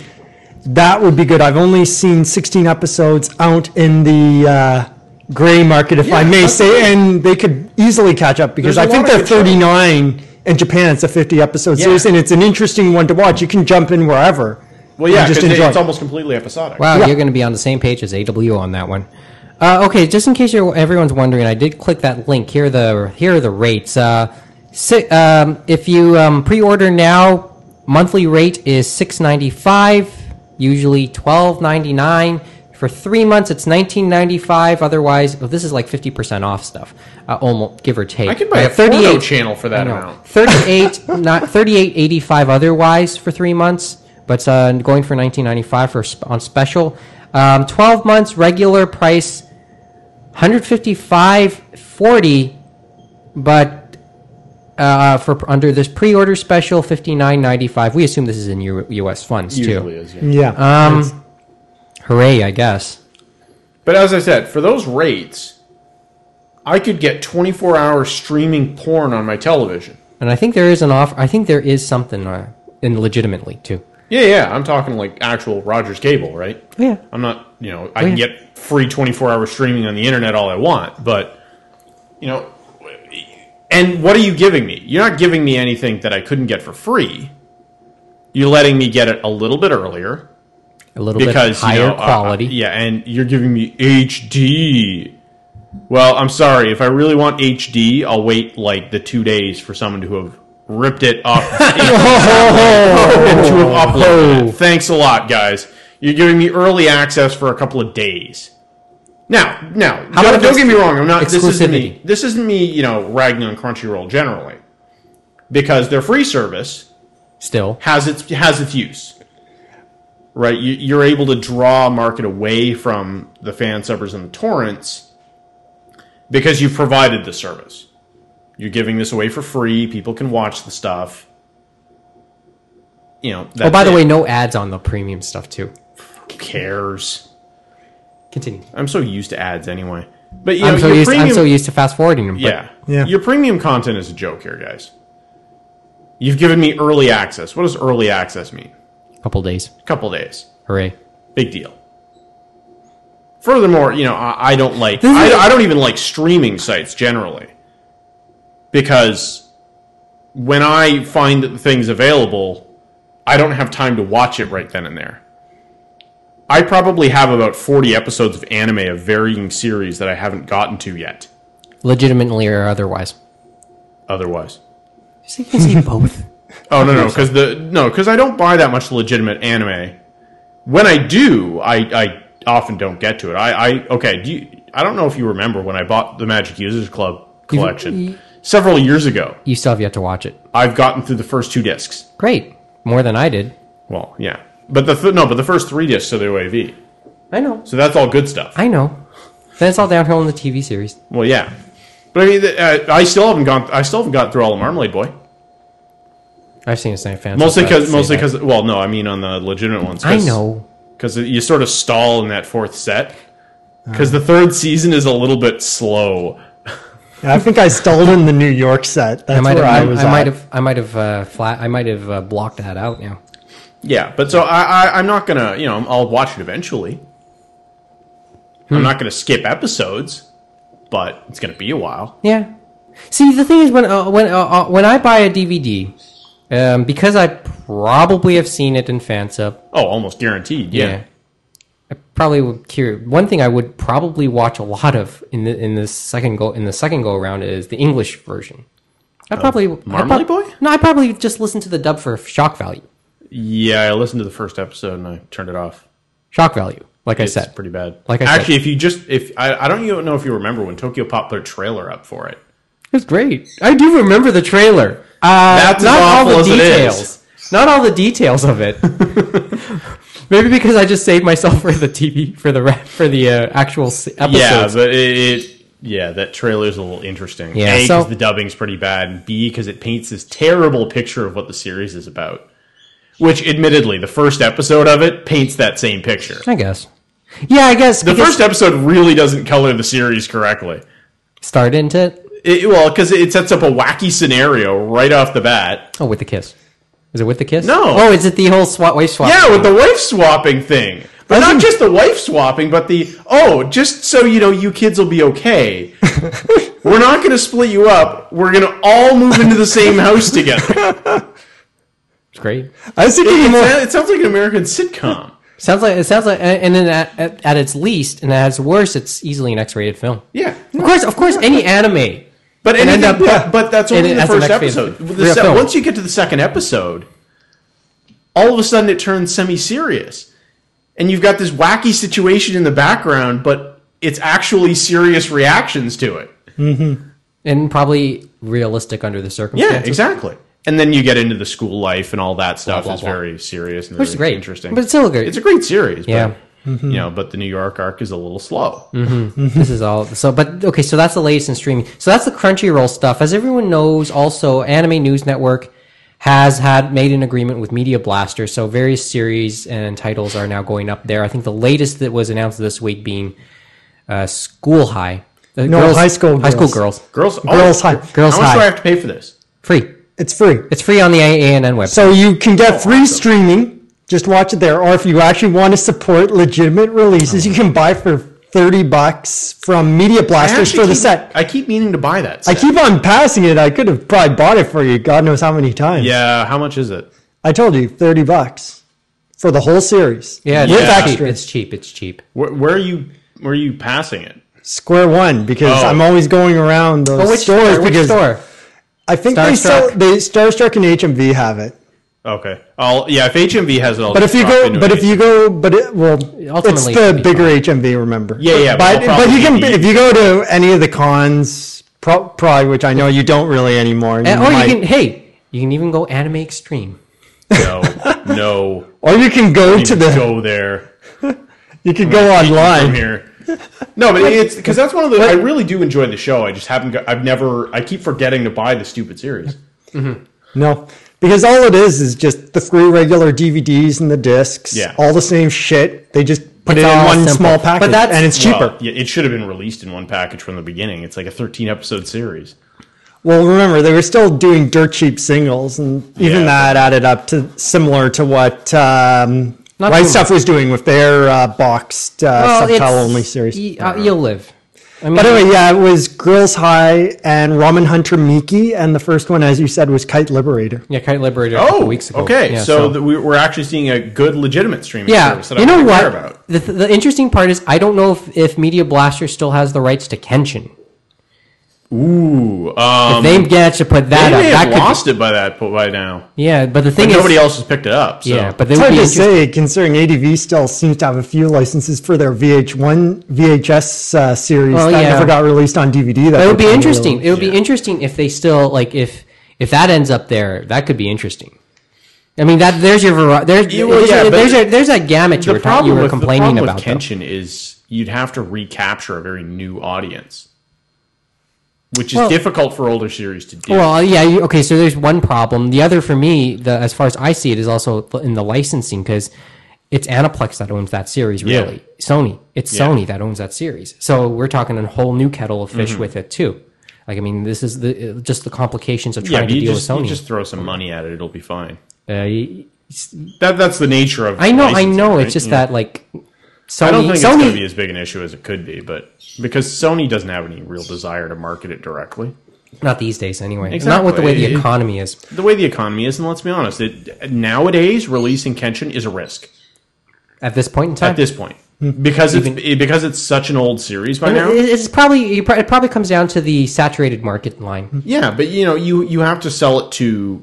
that would be good. I've only seen 16 episodes out in the uh, gray market, if I
Yeah,
may
that's
say,
right.
and they could easily catch up because
There's a
I think
lot of
they're
good shows.
39 in Japan. It's a 50 episode
Yeah.
series, and it's an interesting one to watch. You can jump in wherever.
Well, yeah,
and
because
just enjoy.
it's almost completely episodic.
Wow, you're going to be on the same page as AW on that one. Uh, okay, just in case you're, everyone's wondering, I did click that link. Here are the here are the rates. Uh, si- um, if you um, pre-order now, monthly rate is six ninety five, usually twelve ninety nine. For three months, it's nineteen ninety five. Otherwise, oh, this is like fifty percent off stuff, uh, almost give or take.
I could buy
Uh,
a porno
38
channel for that
no.
amount.
38 not 3885 otherwise for 3 months, but uh, going for 1995 for sp- on special. Um, 12 months regular price 155.40 but uh, for under this pre-order special 59.95. We assume this is in U- US funds
Usually
too.
is. Yeah.
Yeah.
Um hooray, I guess.
But as I said, for those rates, I could get 24 hour streaming porn on my television.
And I think there is an offer. I think there is something uh, in legitimately too.
Yeah, yeah. I'm talking like actual Rogers cable, right?
Yeah. Oh,
I'm not, you know, I can get free 24 hour streaming on the internet all I want, but, you know, and what are you giving me? You're not giving me anything that I couldn't get for free. You're letting me get it a little bit earlier
A little bit
because
higher
you know, uh,
quality.
yeah, and you're giving me HD. Well, I'm sorry. If I really want HD, I'll wait like the two days for someone to have ripped it up
Oh.
and to have uploaded it. Thanks a lot, guys. You're giving me early access for a couple of days. Now, now, don't,
about
don't
ex-
get me wrong. I'm not. This isn't
exclusivity?
me. This isn't me. You know, ragging on Crunchyroll generally because their free service
Still.
has its has its use, right? You, you're able to draw a market away from the fan subbers and the torrents because you've provided the service. You're giving this away for free. People can watch the stuff. You know.
Oh,
that's
by the
it.
way, no ads on the premium stuff too.
Who cares?
Continue.
I'm so used to ads anyway. But you know,
I'm so
your
used.
premium,
I'm so used to fast forwarding them. but-
Yeah.
Yeah.
Your premium content is a joke here, guys. You've given me early access. What does early access mean?
Couple days.
A couple days.
Hooray.
big deal. Furthermore, you know, I, I don't like
This is-
I, don't- I don't even like streaming sites generally because when I find that the thing's available, I don't have time to watch it right then and there. I probably have about 40 episodes of anime of varying series that I haven't gotten to yet
Legitimately or otherwise.
otherwise.
You can see both.
Oh no no because the no because I don't buy that much legitimate anime. When I do, I, I often don't get to it. I, I okay. Do you, I don't know if you remember when I bought the Magic Users Club collection
you-
several years ago.
You still have yet to watch it.
I've gotten through the first two discs.
Great. More than I did.
Well, yeah, but the th- no, but the first three discs of the OAV.
I know.
So that's all good stuff.
I know. Then it's all downhill in the TV series.
Well, yeah, but I mean, the- uh, I still haven't gone. I still haven't got through all of Marmalade Boy.
I've seen the same fans.
Mostly
about to
because
say
mostly
that.
because well, no, I mean on the legitimate ones.
I
'cause-
know.
because you sort of stall in that fourth set because the third season is a little bit slow.
I think I stole in the New York set. That's
I might
where
have.
I
I,
was
I
at.
might have. I might have. Uh, flat. I might have uh, blocked that out now.
Yeah, but so I, I I'm not gonna you know I'll watch it eventually.
Hmm.
I'm not gonna skip episodes, but it's gonna be a while.
Yeah. See, the thing is, when uh, when uh, uh, when I buy a DVD, um, because I probably have seen it in fansub.
Oh, almost guaranteed. Yeah.
I probably would cure one thing I would probably watch a lot of in the in the second go in the second go around is the English version. I probably I
Marmalade
prob-
Boy?
No, I probably just listened to the dub for shock value.
Yeah, I listened to the first episode and I turned it off.
Shock value, like
It's
I said.
pretty bad.
Like I said-
actually, if you just if I, I don't even know if you remember when Tokyo Pop put a trailer up for it.
It's great. I do remember the trailer. Uh,
That's as
not all
awful
the
as it is.
details. Not all the details of it. Maybe because I just saved myself for the TV for the ra- for the uh, actual s-
Yeah,
episodes.
but it, it yeah that trailer's a little interesting.
Yeah,
A,
so-
because the dubbing's pretty bad, and B because it paints this terrible picture of what the series is about. Which, admittedly, the first episode of it paints that same picture.
I guess. Yeah, I guess
The
because-
first episode really doesn't color the series correctly.
start into it.
It, well, because it sets up a wacky scenario right off the bat.
Oh, with the kiss. Is it with the kiss?
No.
Oh, is it the whole swap wife swap?
Yeah, with the wife swapping thing. But not just the wife swapping, but the, oh, just so you know, you kids will be okay. We're not going to split you up. We're going to all move into the same house together.
It's great.
I was thinking more.
It sounds like an American sitcom.
Sounds like it sounds like, and then at, at, at its least and at its worst, it's easily an X-rated film.
Yeah.
Of course, of course, any anime.
But
end
anything,
up-
but, but that's
and
only
it-
the
that's the
first
next phase.
episode. The
Real
se-
film.
once you get to the second episode, all of a sudden it turns semi-serious, and you've got this wacky situation in the background, but it's actually serious reactions to it.
and probably realistic under the
Yeah,
circumstances.
exactly. And then you get into the school life and all that stuff
blah,
is
blah.
very serious and
Which is
very
great,
interesting.
but it's still good.
it's a great series. but,
Yeah.
you know, but the New York arc is a little slow.
this is all. So, but okay, so that's the latest in streaming. So that's the Crunchyroll stuff. As everyone knows, also Anime News Network has had made an agreement with Media Blaster, so various series and titles are now going up there. I think the latest that was announced this week being uh, School High. The
No, High School
High School
Girls.
Girls.
Girls, oh,
Girls High.
Girls
how much do
High.
I have to pay for this?
Free.
It's free.
It's Oh, free on the AANN website.
So you can get free
awesome.
streaming. Just watch it there. Or if you actually want to support legitimate releases, you can buy for 30 bucks from Media
I
Blasters
actually
for the
keep-
set.
I keep meaning to buy that.
I
Set.
keep on passing it. I could have probably bought it for you, God knows how many times.
Yeah, how much is it?
I told you, 30 bucks for the whole series.
yeah, it's
with
Yeah.
cheap.
extras.
It's cheap. It's cheap.
Where, where are you? Where are you passing it?
Square one because
Oh.
I'm always going around those
Oh, which
stores
store? Which
because
store?
I think they
Starstruck?
sell they Starstruck and HMV have it.
Okay. I'll, yeah, if HMV has it, I'll
But if
just
you
drop
go,
into
but
it.
if you go, but it well, it's
Ultimately,
the
HMV.
bigger HMV. Remember?
Yeah, yeah,
But,
but it'll
but you can
probably be-
if you go to any of the cons, pro- probably which I know you don't really anymore.
And- Uh, or
might-
you can. Hey, you can even go Anime Extreme.
no, no,
or you can go
you
to the
go there
you can go
from
online.
here. No, but it's because that's one of the. I really do enjoy the show. I just haven't. Got, I've never. I keep forgetting to buy the stupid series.
No, because all it is is just the three regular DVDs and the discs.
Yeah.
all the same shit. They just put
It's
it in
all
one
simple.
small
But
package,
that's-
and it's cheaper.
Well, yeah, it should have been released in one package from the beginning. It's like a 13 episode series.
Well, remember they were still doing dirt cheap singles, and even
Yeah.
that added up to similar to what um,
Not
Right
too
Stuff was doing with their uh, boxed uh, subtitle
it's-
only series.
y- uh, you'll live. I mean,
By the way, yeah, it was Girls High and Ramen Hunter Miki, and the first one, as you said, was Kite Liberator.
yeah, Kite Liberator. a
Oh,
couple weeks ago.
okay.
Yeah,
so the, we, we're actually seeing a good, legitimate streaming
yeah,
service that
you
I
know
really
what?
care about.
The, the interesting part is I don't know if, if Media Blaster still has the rights to Kenshin.
Ooh, um,
they get to put
they
that up.
may
That
have
could be-
lost it by that po- by now.
yeah, but the thing
And
is,
nobody else has picked it up. So.
yeah, but they would
It's hard
be
to
interested.
say, considering ADV still seems to have a few licenses for their VH1, VHS uh, series
Well,
that
yeah.
never got released on DVD.
It
That
would be
were
interesting.
unreleased.
It would
Yeah.
be interesting if they still like if if that ends up there. That could be interesting. I mean that there's your vari- there's
Yeah, well,
there's,
yeah,
a,
but
there's, a, there's that gamut you
the
were, ta- you
problem
were
with,
complaining
the problem
about. though.
with Kenshin is you'd have to recapture a very new audience, which is
Well-
difficult for older series to do.
Well, yeah, you, okay. So there's one problem. The other, for me, the as far as I see it, is also in the licensing because it's Aniplex that owns that series.
Yeah.
Really, Sony. It's
Yeah.
Sony that owns that series. So we're talking a whole new kettle of
Mm-hmm.
fish with it too. Like, I mean, this is the uh, just the complications of
yeah,
trying
but
to
you
deal
just,
with Sony.
you just throw some money at it; it'll be fine.
Uh, y-
That that's the nature of.
I know, I
licensing,
know.
right?
It's just
Yeah.
that like Sony.
I don't think it's going
Sony.
to be as big an issue as it could be, but because Sony doesn't have any real desire to market it directly,
not these days, anyway. Not with the way
Exactly.
the
It-
economy is.
the way the economy is, and let's be honest, it, nowadays releasing Kenshin is a risk
At this point in time,
at this point because it's because it's such an old series by now.
It- it's probably you pro- it probably comes down to the saturated market line.
Yeah, but you know, you you have to sell it to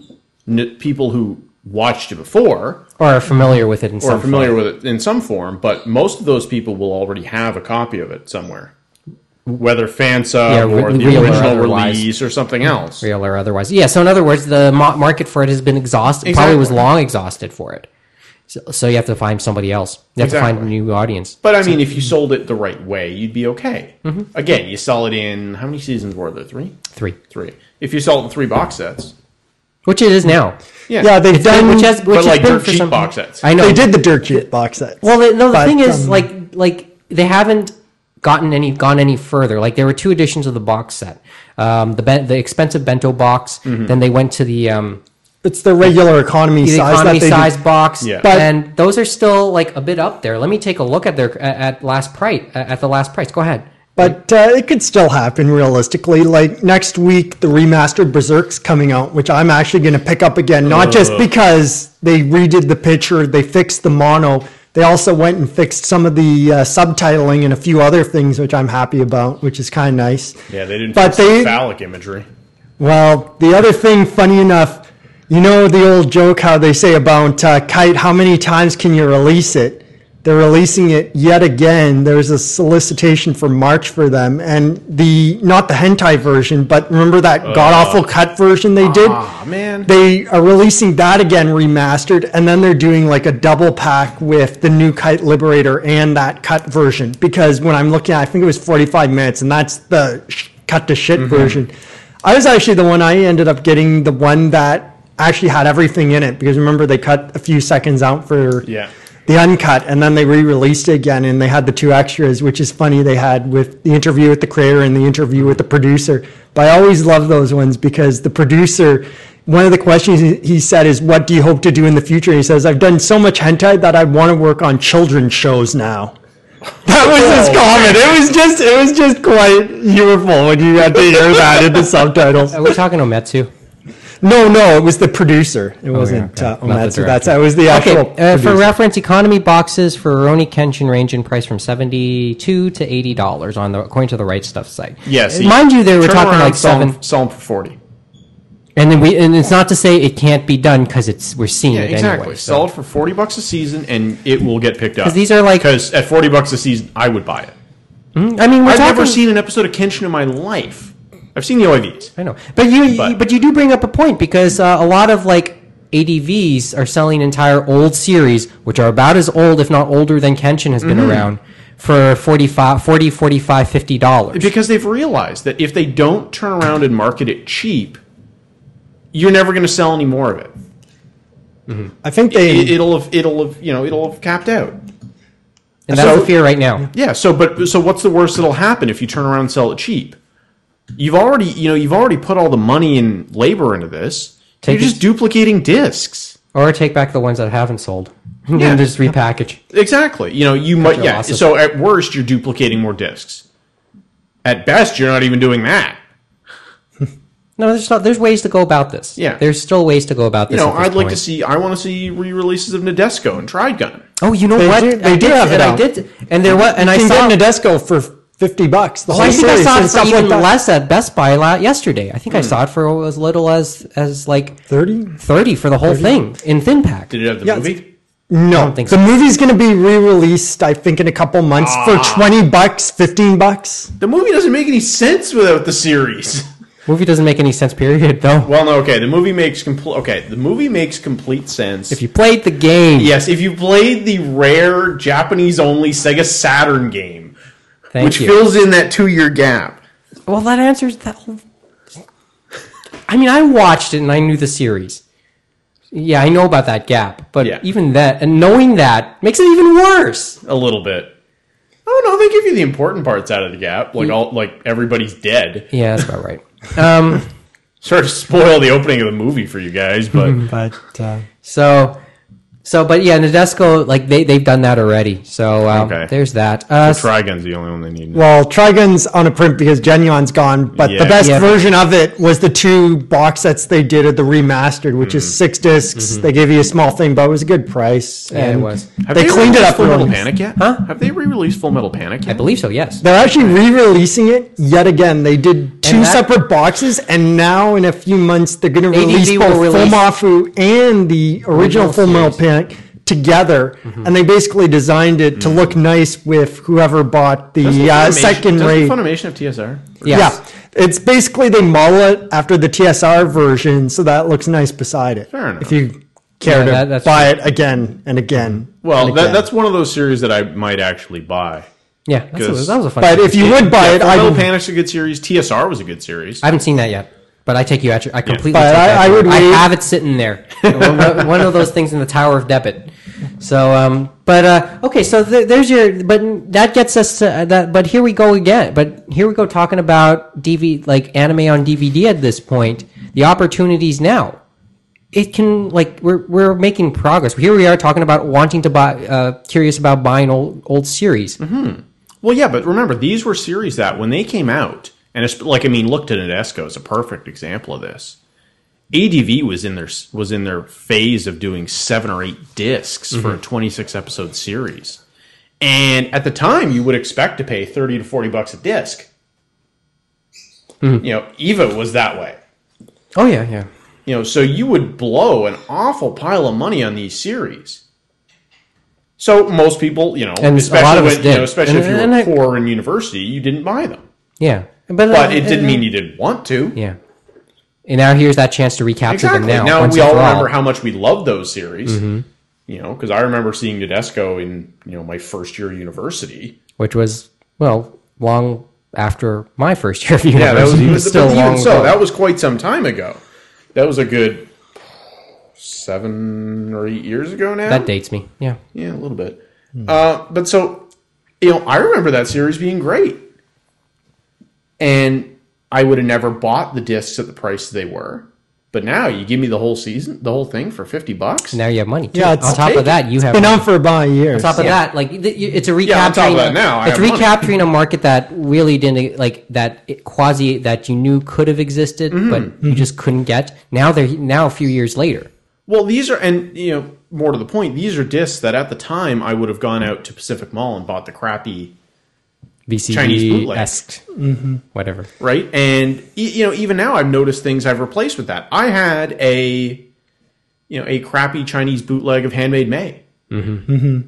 n- people who watched it before
or are familiar with it in
or
some
are familiar
form.
with it in some form. But most of those people will already have a copy of it somewhere, whether fansub
Yeah, re-
or the
real or
original
otherwise.
release or something else.
real or otherwise. Yeah. So in other words, the mo- market for it has been exhausted. Probably was
Exactly.
long exhausted for it. So, so you have to find somebody else. You have to find a
Exactly.
new audience.
But I mean, if you sold it the right way, you'd be okay.
Mm-hmm.
Again, you sell it in how many seasons were there? Three,
Three.
three. If you sell it in three box sets,
which it is now.
Yeah.
Yeah, they've done.
which has, which
but
has
like
been
they're
for
cheap
some-
box sets.
I know
they did the dirt cheap box sets.
Well, the, no, the
But,
thing is,
um,
like, like they haven't gotten any gone any further. Like, there were two editions of the box set, um, the ben- the expensive bento box.
Mm-hmm.
Then they went to the um,
it's the regular economy
the
size
economy
that they do.
size box,
Yeah.
but
But-
and those are still like a bit up there. Let me take a look at their at, at last price at at the last price. Go ahead.
But uh, it could still happen realistically. Like next week, the remastered Berserk's coming out, which I'm actually going to pick up again, not just because they redid the picture, they fixed the mono. They also went and fixed some of the uh, subtitling and a few other things, which I'm happy about, which is kind of nice.
yeah, they didn't.
But
fix the
they-
phallic imagery.
Well, the other thing, funny enough, you know the old joke how they say about uh, Kite, how many times can you release it? They're releasing it yet again. There's a solicitation for March for them, and the not the hentai version, but remember that god awful cut version they did.
Ah man.
They are releasing that again remastered, and then they're doing like a double pack with the new Kite Liberator and that cut version. Because when I'm looking at, I think it was 45 minutes, and that's the sh- cut to shit version. I was actually the one I ended up getting the one that actually had everything in it. Because remember, they cut a few seconds out for
yeah.
the uncut, and then they re-released it again, and they had the two extras, which is funny. They had with the interview with the creator and the interview with the producer. But I always love those ones because the producer, one of the questions he- he said is, "What do you hope to do in the future?" And he says, "I've done so much hentai that I want to work on children's shows now." That was his comment. It was just, it was just quite humorful when you had to hear that in the subtitles.
Are we Uh, talking Ometsu?
No, no, it was the producer. It wasn't
okay.
uh,
Oh, Not the
Omatsu.
director.
That's that was the actual.
Okay, uh, for
producer.
reference, economy boxes for Roni Kenshin range in price from seventy-two to eighty dollars on the according to the Right Stuff site. Uh,
Yes.
mind you, they were talking like
sell
seven,
Them, sell them for forty.
and then we and it's not to say it can't be done because it's we're seeing
Yeah,
it
exactly.
anyway. so-
Sell it for forty bucks a season, and it will get picked up.
'Cause these are like-
because at forty bucks a season, I would buy it.
I mean, we're
I've
talking,
never seen an episode of Kenshin in my life. I've seen the OIVs.
I know, but you
But-
but, you do bring up a point because uh, a lot of like ADVs are selling entire old series, which are about as old, if not older, than Kenshin has
Mm-hmm.
been around for 45 40 45 50 dollars.
Because they've realized that if they don't turn around and market it cheap, you're never going to sell any more of it.
I think they.
it. It'll have, it'll have, you know, it'll have capped out.
And that's
So-
the fear right now.
Yeah. So, but so what's the worst that'll happen if you turn around and sell it cheap? You've already, you know, you've already put all the money and labor into this.
Take
you're just
it-
duplicating discs.
Or take back the ones that haven't sold and
Yeah.
then just repackage.
Exactly. You know, you might.
your
Yeah.
losses.
So at worst, you're duplicating more discs. At best, you're not even doing that.
No, there's not, there's ways to go about this.
Yeah.
there's still ways to go about
You
this.
know,
at this
I'd like to
point.
see. I want to see re-releases of Nadesco and Trigun.
Oh, you know
They
what?
do- they
I
do
did,
have it
and I
out.
did, and there was, and I
I can
saw.
get Nadesco for fifty bucks. The
Well, I
whole
think I
series
saw
and
it for
stuff
even
like that. Hmm.
less at Best Buy la- yesterday. I think I saw it for as little as as like
Thirty?
thirty for the whole thing in thin pack.
Did it have the
Yeah,
movie?
No,
think
the movie's going to be re-released. I think in a couple months
Ah.
for twenty bucks, fifteen bucks.
The movie doesn't make any sense without the series.
Movie doesn't make any sense. Period. Though,
well, no. Okay, the movie makes complete. Okay, the movie makes complete sense.
if you played the game,
Yes, if you played the rare Japanese only Sega Saturn game,
thank
which
you.
fills in that two year gap.
well, that answers that. Whole- I mean, I watched it and I knew the series. Yeah, I know about that gap, but
Yeah.
even that, and knowing that makes it even worse.
A little bit. Oh no, they give you the important parts out of the gap. Like all like everybody's dead.
Yeah, that's about right.
Sort of spoil the opening of the movie for you guys, but
But uh,
So, so, but yeah, Nadesco, like they they've done that already. So um,
Okay.
there's that. Uh,
Trigun's the only one they need.
well, Trigun's on a print because Genuine's gone. But
Yeah.
the best
Yeah.
version of it was the two box sets they did of the remastered, which
Mm-hmm.
is six discs. They gave you a small thing, but it was a good price.
Mm-hmm. yeah, it
and
was.
Have
they cleaned it
released
up
Full Metal
really.
Panic yet? Huh? Have they re-released Full Metal Panic
I
yet?
believe so. Yes.
They're actually re-releasing it yet again. They did two
that-
separate boxes, and now in a few months they're going to release
will
both
release-
Fullmafu and the original
Original
Full Metal
series. Mm-hmm.
Panic together, and they basically designed it to look nice with whoever bought the
Doesn't
uh,
Funimation-
second
doesn't
raid.
Funimation have TSR.
Yes.
Yeah, it's basically they model it after the TSR version, so that looks nice beside it.
Fair enough.
If you care
Yeah,
to
that- that's
buy it again and again.
Well,
and
that,
again.
that's one of those series that I might actually buy.
Yeah. that's a-
Because-
that was a fun.
But if you would buy
Yeah,
it,
Full
I
Metal
would-
Panic's a good series. TSR was a good series.
I haven't seen that yet. But I take you at your. I completely.
But
take you
I-
at
I
your
would
word. I
wait-
have it sitting there. one one of those things in the Tower of Debit. So, um, but uh, okay. So th- there's your. But that gets us to uh, that. But here we go again. But here we go talking about DV like anime on DVD at this point. The opportunities now. It can like we're we're making progress. Here we are talking about wanting to buy, uh, curious about buying old old series.
Mm-hmm.
Well, yeah, but remember, these were series that when they came out, and it's like I mean, looked at Esco is a perfect example of this. ADV was in their was in their phase of doing seven or eight disks for a twenty six episode series, and at the time, you would expect to pay thirty to forty bucks a disk. You know, Eva was that way.
Oh yeah, yeah.
You know, so you would blow an awful pile of money on these series. So most people, you know,
And a
especially
lot of us
when, you
did.
know, especially if
And-
you were
and I-
poor in university, you didn't buy them.
Yeah, uh,
But it didn't mean you didn't want to.
Yeah, and now here's that chance to recapture
Exactly.
them now.
Now,
once Mm-hmm.
we
and
all
for
remember how much we loved those series. You know, because I remember seeing Tedesco in you know my first year of university.
which was well long after my first year of university.
Yeah, that was
but
even,
still
but even
long
so.
ago.
That was quite some time ago. That was a good seven or eight years ago now.
That dates me. Yeah,
Yeah, a little bit. Uh, but so, you know, I remember that series being great. And I would have never bought the discs at the price they were. But now you give me the whole season, the whole thing for 50 bucks.
now you have money. Too.
Yeah,
on
it's-
top
I'll
of that, you have
Been
money.
on for about a year.
on top of
Yeah.
that, like th- you- it's a recapturing.
Yeah, on top of that now, I
it's
have money.
recapturing a market that really didn't like that it- quasi that you knew could have existed,
Mm-hmm.
but
Mm-hmm.
you just couldn't get. Now they're now a few years later.
Well, these are, and, you know, more to the point, these are discs that at the time I would have gone out to Pacific Mall and bought the crappy Chinese
VCD
bootleg.
esque,
Mm-hmm.
whatever.
right? And e- you know, even now, I've noticed things I've replaced with that. I had a, you know, a crappy Chinese bootleg of Handmade May,
Mm-hmm.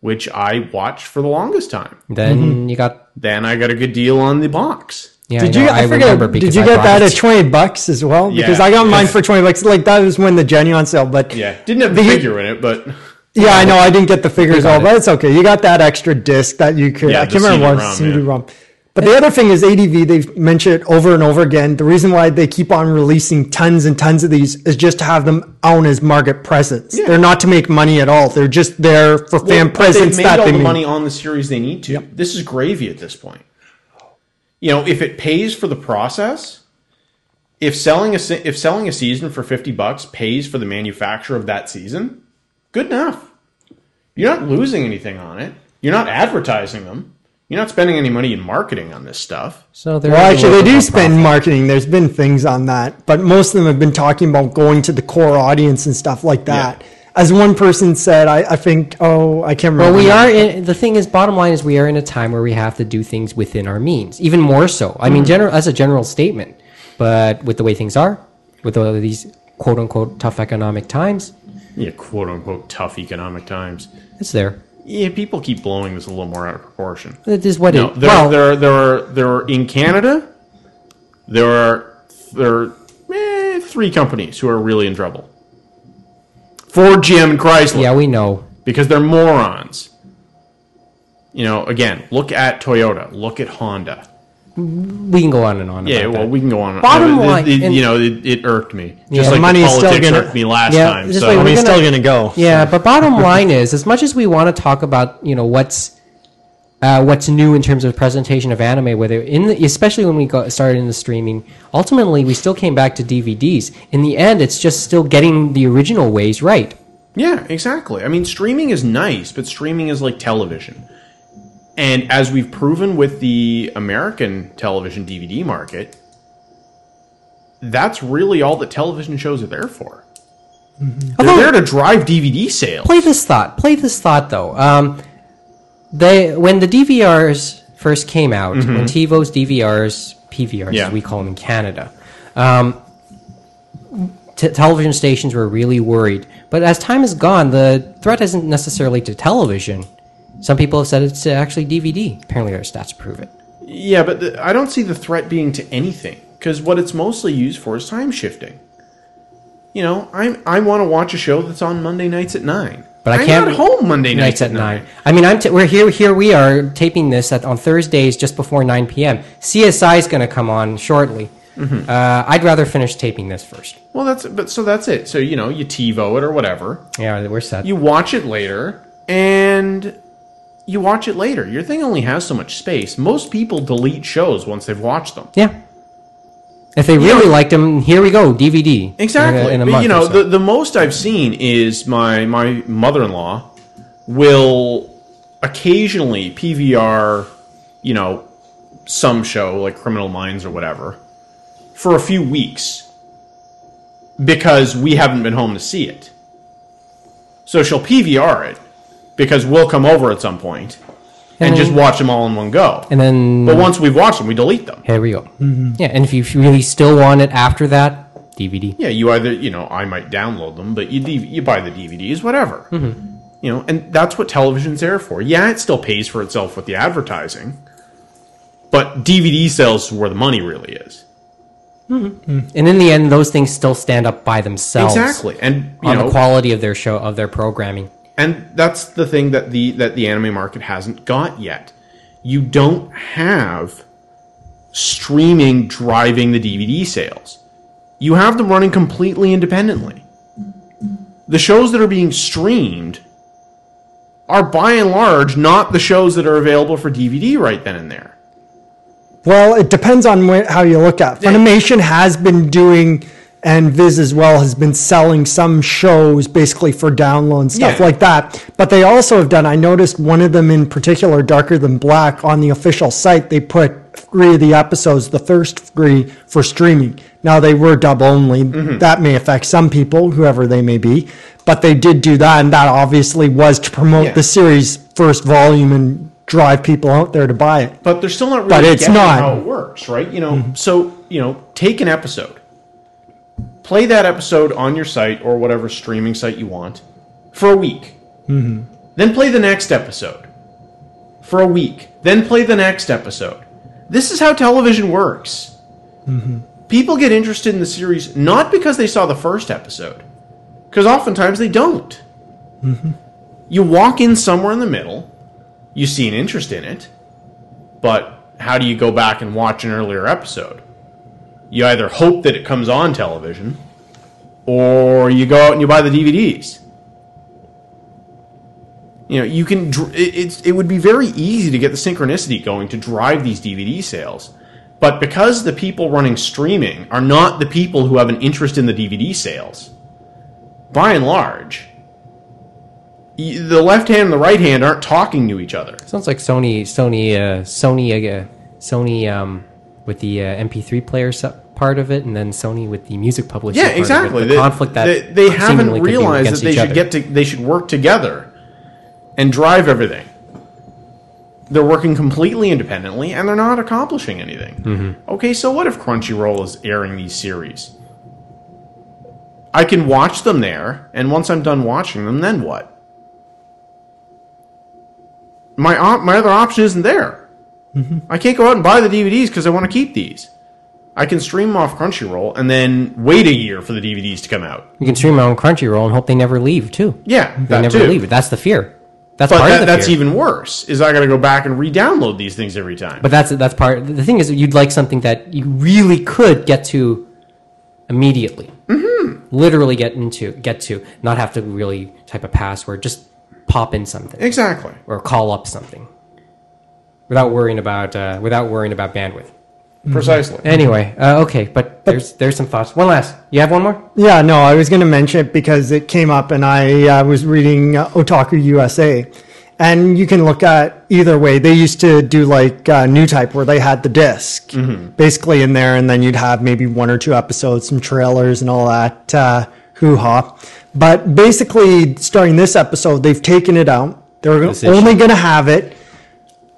which I watched for the longest time.
Then you got.
Then I got a good deal on the box.
Yeah,
Mm-hmm. Did
I
you?
know,
I,
I
forget.
remember
Did
because
you
I
get
brought
that
it
at
to-
twenty bucks as well? Because
Yeah,
I got mine
yeah.
for twenty bucks. Like that was when the genuine sale. But
Yeah, didn't have the
But you-
figure in it, but
Yeah, I know I didn't get the figure as
got
well,
it.
but it's okay. You got that extra disc that you could.
Yeah,
I
the
can't remember what
CD-ROM, yeah.
CD-ROM. But the other thing is ADV. They've mentioned it over and over again. The reason why they keep on releasing tons and tons of these is just to have them own as market presence.
Yeah.
They're not to make money at all. They're just there for fan
but they've
presence.
made
that
all
they
the
make.
money on the series they need to. This is gravy at this point. You know, if it pays for the process, if selling a se- if selling a season for fifty bucks pays for the manufacture of that season, good enough. You're not losing anything on it. You're not advertising them. You're not spending any money in marketing on this stuff.
So there
Well,
is a
actually,
little
they
bit
do
of
spend
profit.
marketing. There's been things on that, but most of them have been talking about going to the core audience and stuff like that. As one person said, I, I think, oh, I can't
Well,
remember.
we are in the thing is bottom line is we are in a time where we have to do things within our means, even more so. I mean, general as a general statement, but with the way things are, with all of these quote unquote tough economic times,
Yeah, quote unquote tough economic times.
it's there.
Yeah, people keep blowing this a little more out of proportion.
It is what
No,
it.
there,
well,
there, are, there are there are in Canada. There are there are eh, three companies who are really in trouble. Ford, GM, and Chrysler,
yeah, we know.
because they're morons. You know, again, look at Toyota, look at Honda.
We can go on and on.
Yeah,
about
well,
that.
we can go on.
Bottom
it- it-
line,
it-
and-
you know, it, it irked me. Just
Yeah.
like
Money's
the
still
politics
gonna-
irked me last
Yeah,
time.
just
So
like we're
Money's
gonna-
still going to go.
yeah, but bottom line is, as much as we want to talk about, you know, what's uh, what's new in terms of presentation of anime, whether in the, especially when we got started in the streaming, ultimately we still came back to DVDs. In the end, it's just still getting the original ways right.
Yeah, exactly. I mean, streaming is nice, but streaming is like television. And as we've proven with the American television DVD market, that's really all that television shows are there for. They're
Although-
there to drive DVD sales.
play this thought. Play this thought though. Um, they when the DVRs first came out, when TiVo's DVRs, PVRs
Yeah.
as we call them in Canada, um, t- television stations were really worried. But as time has gone, the threat isn't necessarily to television. Some people have said it's to actually DVD. Apparently, our stats prove it.
Yeah, but the, I don't see the threat being to anything because what it's mostly used for is time shifting. You know, I'm, I want to watch a show that's on Monday nights at nine.
But I
I'm
can't-
not home Monday nights, at nine.
I mean, I'm t- we're here. Here we are taping this at, on Thursdays just before nine p.m. CSI is going to come on shortly.
Mm-hmm.
Uh, I'd rather finish taping this first.
Well, that's but so that's it. So you know, you TiVo it or whatever.
Yeah, we're set.
You watch it later, and you watch it later. Your thing only has so much space. Most people delete shows once they've watched them.
yeah. If they really liked him, here we go DVD. in a-
Exactly.
In a,
But,
month
you
or
know,
so.
the, the most I've seen is my my mother-in-law will occasionally PVR, you know, some show like Criminal Minds or whatever for a few weeks because we haven't been home to see it. So she'll PVR it because we'll come over at some point and,
And
just
then-
watch them all in one go.
and then
but Mm-hmm. once we've watched them, we delete them.
here we go. Yeah, and if you if you really still want it after that, DVD.
Yeah, you either you know I might download them, but you DV you buy the DVDs, whatever.
Mm-hmm.
You know, and that's what television's there for. Yeah, it still pays for itself with the advertising, but DVD sales is where the money really is.
And in the end, those things still stand up by themselves.
Exactly, and you
On
know,
the quality of their show of their programming.
and that's the thing that the that the anime market hasn't got yet. You don't have streaming driving the DVD sales. You have them running completely independently. The shows that are being streamed are by and large not the shows that are available for DVD right then and there.
Well, it depends on where, how you look at. it. Funimation has been doing, and Viz as well has been selling some shows basically for download and stuff
Yeah.
like that. But they also have done. I noticed one of them in particular, Darker Than Black, on the official site. They put three of the episodes, the first three, for streaming. Now they were dub only.
Mm-hmm.
That may affect some people, whoever they may be. But they did do that, and that obviously was to promote
Yeah.
the series first volume and drive people out there to buy it.
but they're still not really
But it's
getting
not. Mm-hmm.
how it works, right? You know, so you know, take an episode, play that episode on your site or whatever streaming site you want for a week,
Mm-hmm.
then play the next episode for a week, then play the next episode. This is how television works.
Mm-hmm.
People get interested in the series not because they saw the first episode, because oftentimes they don't.
Mm-hmm.
You walk in somewhere in the middle, you see an interest in it, but how do you go back and watch an earlier episode? You either hope that it comes on television, or you go out and you buy the DVDs. You know, you can. dr- it- It's it would be very easy to get the synchronicity going to drive these DVD sales, but because the people running streaming are not the people who have an interest in the DVD sales, by and large, y- the left hand and the right hand aren't talking to each other.
Sounds like Sony, Sony, uh, Sony, uh, Sony um, with the uh, MP3 player sub part of it, and then Sony with the music publishing.
yeah
part of it.
exactly
The
they,
conflict that
they, they haven't
seemingly could be
realized that
against
they
each
should
other.
get to they should work together and drive everything they're working completely independently and they're not accomplishing anything
Mm-hmm.
okay so what if crunchyroll is airing these series i can watch them there and once i'm done watching them then what my op- my other option isn't there
Mm-hmm.
i can't go out and buy the dvds because i want to keep these I can stream them off Crunchyroll and then wait a year for the DVDs to come out.
You can stream it on Crunchyroll and hope they never leave too.
Yeah,
they
that
never
too.
leave it. That's the fear. That's
But
part of
that,
the
that's
fear.
even worse. Is I got to go back and re-download these things every time.
But that's that's part. The thing is, that you'd like something that you really could get to immediately, mm-hmm. literally get into, get to, not have to really type a password, just pop in something
exactly.
or call up something without worrying about uh, without worrying about bandwidth.
Precisely.
Anyway, uh, okay, but there's there's some thoughts. One last. You have one more?
Yeah, no, I was going to mention it because it came up and I uh, was reading uh, Otaku USA. And you can look at either way. They used to do like uh, New Type where they had the disk basically in there, and then you'd have maybe one or two episodes, some trailers, and all that uh, hoo ha. But basically, starting this episode, they've taken it out. They're
This issue.
only going to have it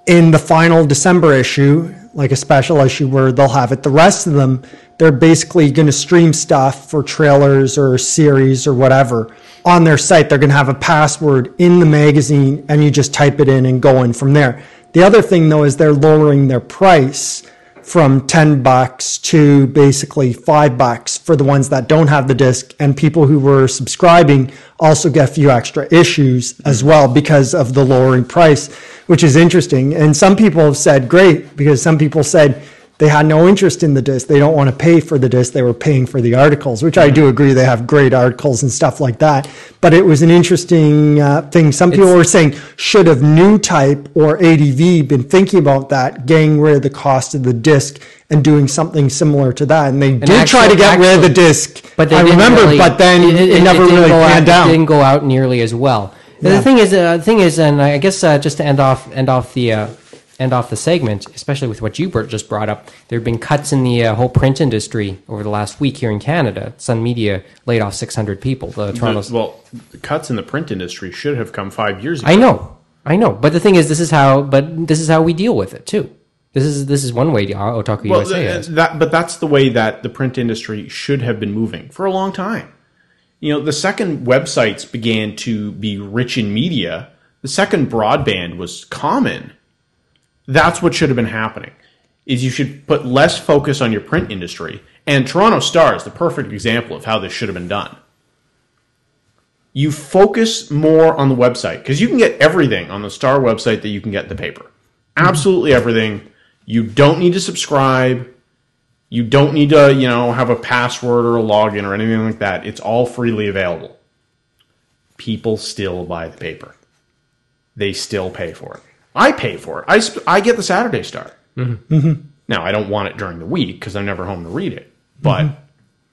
in the final December issue, like a special issue where they'll have it. The rest of them, they're basically going to stream stuff for trailers or series or whatever on their site. They're going to have a password in the magazine and you just type it in and go in from there. The other thing though is they're lowering their price from 10 bucks to basically 5 bucks for the ones that don't have the disc and people who were subscribing also get a few extra issues as well because of the lowering price which is interesting and some people have said great because some people said they had no interest in the disc. They don't want to pay for the disc. They were paying for the articles, which I do agree they have great articles and stuff like that. But it was an interesting uh, thing. Some people
It's-
were saying, should have New Type or ADV been thinking about that, getting rid of the cost of the disc and doing something similar to that? And they did try
actual-
to get rid of the
actually-
disc.
But they
I
didn't
remember,
really-
but then it, never
didn't
really
go out,
panned
it
out.
Didn't go out nearly as well. The
Yeah.
thing is, uh, the thing is, and I guess uh, just to end off, end off the, uh, end off the segment, especially with what you Bert, just brought up, there have been cuts in the uh, whole print industry over the last week here in Canada. Sun Media laid off 600 people. The Toronto.
The- well, the cuts in the print industry should have come five years ago.
I know, I know, but the thing is, this is how, but this is how we deal with it too. This is this is one way uh, Otaku
Well,
USA
th-
is.
that, but that's the way that the print industry should have been moving for a long time. You know, the second websites began to be rich in media, the second broadband was common. That's what should have been happening. Is you should put less focus on your print industry, and Toronto Star is the perfect example of how this should have been done. You focus more on the website because you can get everything on the Star website that you can get in the paper. Absolutely everything. You don't need to subscribe. You don't need to, you know, have a password or a login or anything like that. It's all freely available. People still buy the paper. They still pay for it. I pay for it. I, sp- I get the Saturday Star. Now, I don't want it during the week because I'm never home to read it, but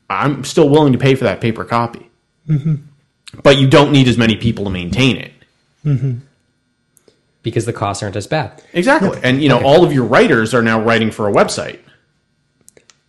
I'm still willing to pay for that paper copy. But you don't need as many people to maintain it.
because the costs aren't as bad.
Exactly. And, you know, all of your writers are now writing for a website.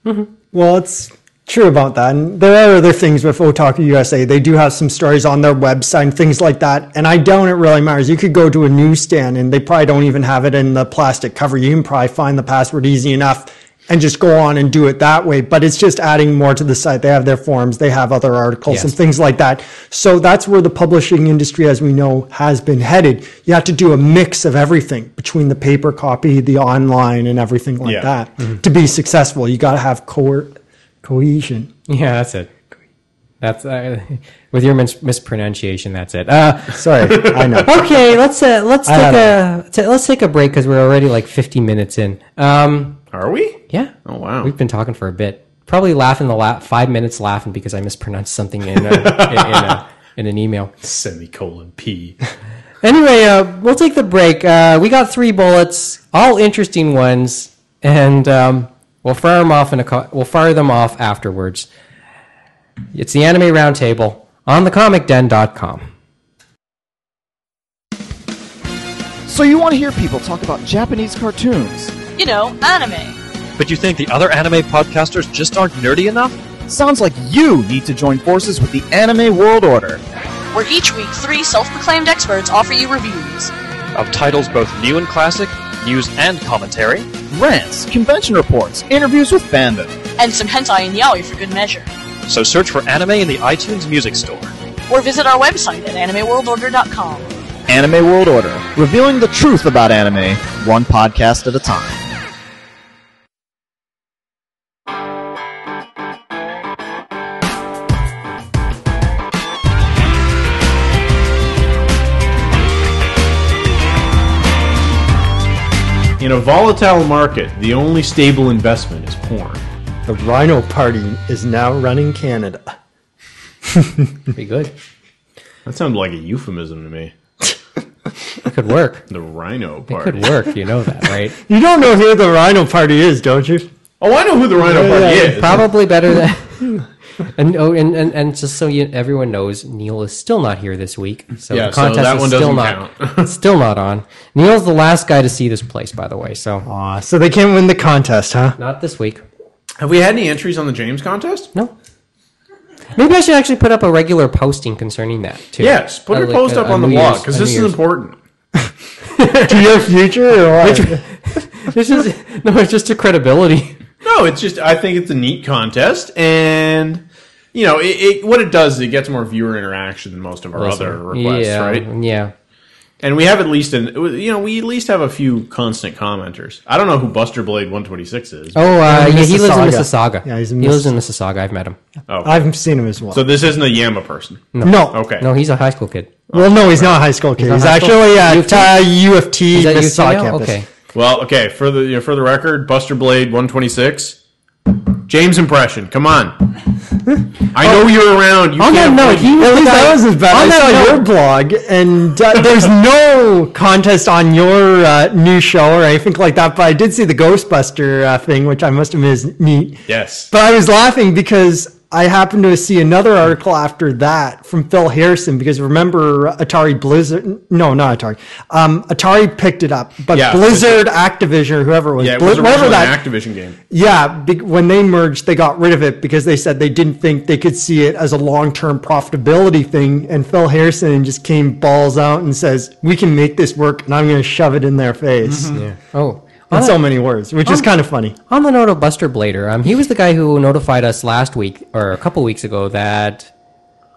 Well, it's true about that. And there are other things with Otaku USA. They do have some stories on their website and things like that. And I doubt it really matters. You could go to a newsstand and they probably don't even have it in the plastic cover. You can probably find the password easy enough and just go on and do it that way. But it's just adding more to the site. They have their forums, they have other articles
Yes.
and things like that. So that's where the publishing industry, as we know, has been headed. You have to do a mix of everything between the paper copy, the online, and everything like
Yeah.
that to be successful. You got to have co- cohesion.
Yeah, that's it. That's uh, with your mis- mispronunciation. That's it. Uh,
Sorry, I know.
okay, let's uh, let's
I
take a
don't
t- let's take a break because we're already like 50 minutes in. Um,
Are we?
yeah.
Oh, wow.
We've been talking for a bit. Probably laughing the la- five minutes laughing because I mispronounced something in a, in, in, a, in an email.
Semicolon P.
Anyway, uh, we'll take the break. Uh, we got three bullets, all interesting ones, and um, we'll fire them off in a co- we'll fire them off afterwards. It's the Anime Roundtable on thecomicden.com.
So you want to hear people talk about Japanese cartoons?
You know, anime.
But you think the other anime podcasters just aren't nerdy enough?
Sounds like you need to join forces with the Anime World Order.
Where each week, three self proclaimed experts offer you reviews.
Of titles both new and classic, news and commentary,
Rants, convention reports, interviews with fandom.
and some hentai and yaoi for good measure.
so search for anime in the iTunes Music Store.
Or visit our website at animeworldorder.com.
Anime World Order, revealing the truth about anime, one podcast at a time.
In a volatile market, the only stable investment is porn.
The Rhino Party is now running Canada.
Pretty good.
That sounded like a euphemism to me.
It could work.
The Rhino
It
Party.
could work. You know that, right?
You don't know who the Rhino Party is, don't you?
Oh, I know who the Rhino Party is.
Probably better than. And, oh, and, and and just so you, everyone knows, Neil is still not here this week, so
Yeah,
the
so
contest
that
is
one
still
doesn't
not it's still not on. Neil's the last guy to see this place, by the way. So
Aw, so they can't win the contest, huh?
not this week.
Have we had any entries on the James contest?
No. Maybe I should actually put up a regular posting concerning that too.
Yes. Put
Uh,
your
like
post
a-
up
a
on the
New
blog
Year's-
because
a
this
New
is
Year's-
important.
To your future or what?
This is no, it's just a credibility.
No, it's just I think it's a neat contest, and you know it, it, what it does is it gets more viewer interaction than most of our other requests,
yeah,
right?
Yeah.
And we have at least an you know we at least have a few constant commenters. I don't know who Buster Blade One Twenty Six is.
Oh, uh, yeah, he lives in
Mississauga.
Mississauga.
Yeah, he's in
he lives in Mississauga. I've met him.
I've seen him as well.
Oh. So this isn't a Yama person.
no.
Okay.
No, he's a high school kid.
Well, no, he's not a high school kid.
not
He's
high school?
actually
UFT?
at uh, UFT
Is that
Mississauga
UCL?
campus.
Okay.
Well, okay. For the you know, for the record, Buster Blade one twenty six. James impression. Come on. I know you're around. You
On that
can't
note,
win.
he was
At
the
least
guy-
that was as bad.
On
I
that
saw
note-
your blog, and uh, there's no contest on your uh, new show or anything like that. But I did see the Ghostbuster uh, thing, which I must admit is neat.
yes.
But I was laughing because I happened to see another article after that from Phil Harrison. Because remember, Atari Blizzard? No, not Atari. Um, Atari picked it up, but
Yeah,
Blizzard, Activision, or whoever it was,
yeah, it
Bli-
was
whatever
originally
that
an Activision game.
yeah, be- when they merged, they got rid of it because they said they didn't think they could see it as a long-term profitability thing. And Phil Harrison just came balls out and says, "We can make this work," and I'm going to shove it in their face
Oh.
in
On,
so
the-
many words, which is kind of funny.
on the note of Buster Blader, um, he was the guy who notified us last week or a couple weeks ago that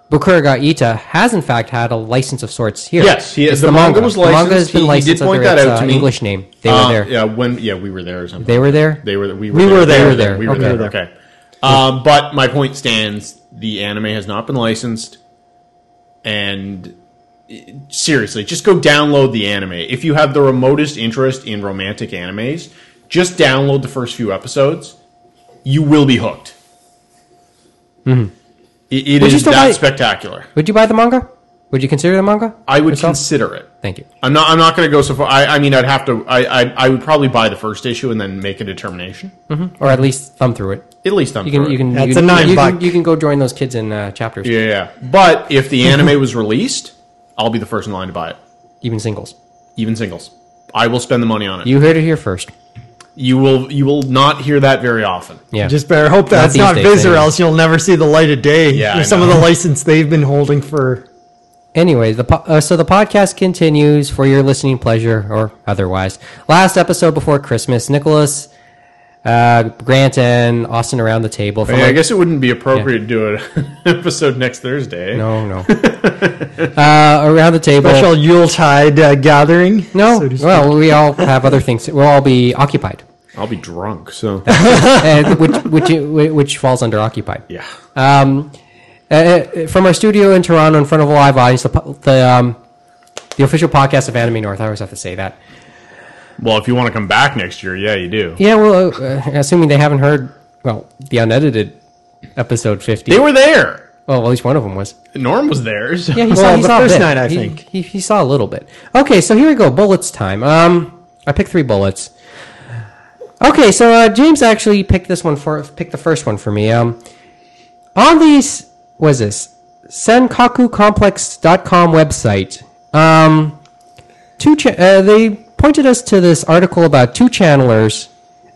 Bukuraga Ita has in fact had a license of sorts here.
Yes, he
It's
has. The, manga was licensed.
The manga has been
he, he
licensed
did point
under
that
its,
out to
uh,
me.
English name. They
Uh,
were there.
Yeah, when yeah we were there or something.
They were there.
They were. We were,
We were
there.
there.
We were there.
Okay.
Okay. Um, but my point stands. The anime has not been licensed, and eh, seriously, just go download the anime. If you have the remotest interest in romantic animes, just download the first few episodes. You will be hooked. It, it
Would you
is
still
that
buy-
spectacular.
Would you buy the manga? Would you consider the manga?
I would
yourself?
consider it.
Thank you.
I'm not. I'm not going to go so far. I, I mean, I'd have to. I, I. I would probably buy the first issue and then make a determination.
Or at least thumb through it.
At least I'm.
You can.
for
You
it.
can.
That's
you can,
a nine
you can-
buck.
you can go join those kids in uh, chapters,
Yeah, yeah. But if the anime was released, I'll be the first in line to buy it,
even singles.
even singles. I will spend the money on it. You,
You heard it here first.
will. You will not hear that very often.
Yeah.
Just better hope that's
these
not,
days,
Viz, or
anyway.
else you'll never see the light of day.
eh? Yeah, I
with some of
know.
the license they've been holding for.
Anyway, the po- uh, so the podcast continues for your listening pleasure or otherwise. Last episode before Christmas, Nicholas, uh, Grant, and Austin around the table. From
I, mean, I
our-
guess it wouldn't be appropriate to do an episode next Thursday.
no, no. uh, around the table.
Special Yuletide uh, gathering.
no,
so to speak.
well, we all have other things. We'll all be occupied,
I'll be drunk. So
uh, which which which falls under occupied.
yeah.
Um, uh, uh, from our studio in Toronto, in front of a live audience, the, po- the um, the official podcast of Anime North. I always have to say that.
Well, if you want to come back next year, yeah, you do.
Yeah, well, uh, assuming they haven't heard, well, the unedited episode 50.
They were there.
well, at least one of them was.
Norm was there. So.
Yeah, he
Well,
saw, he
the
saw a
first
bit.
night, I
He-
think.
He, he saw a little bit. Okay, so here we go. Bullets time. Um, I picked three bullets. Okay, so uh, James actually picked this one for picked the first one for me. Um, on these was this senkakucomplex.com website. Um, two cha- uh, they pointed us to this article about two channelers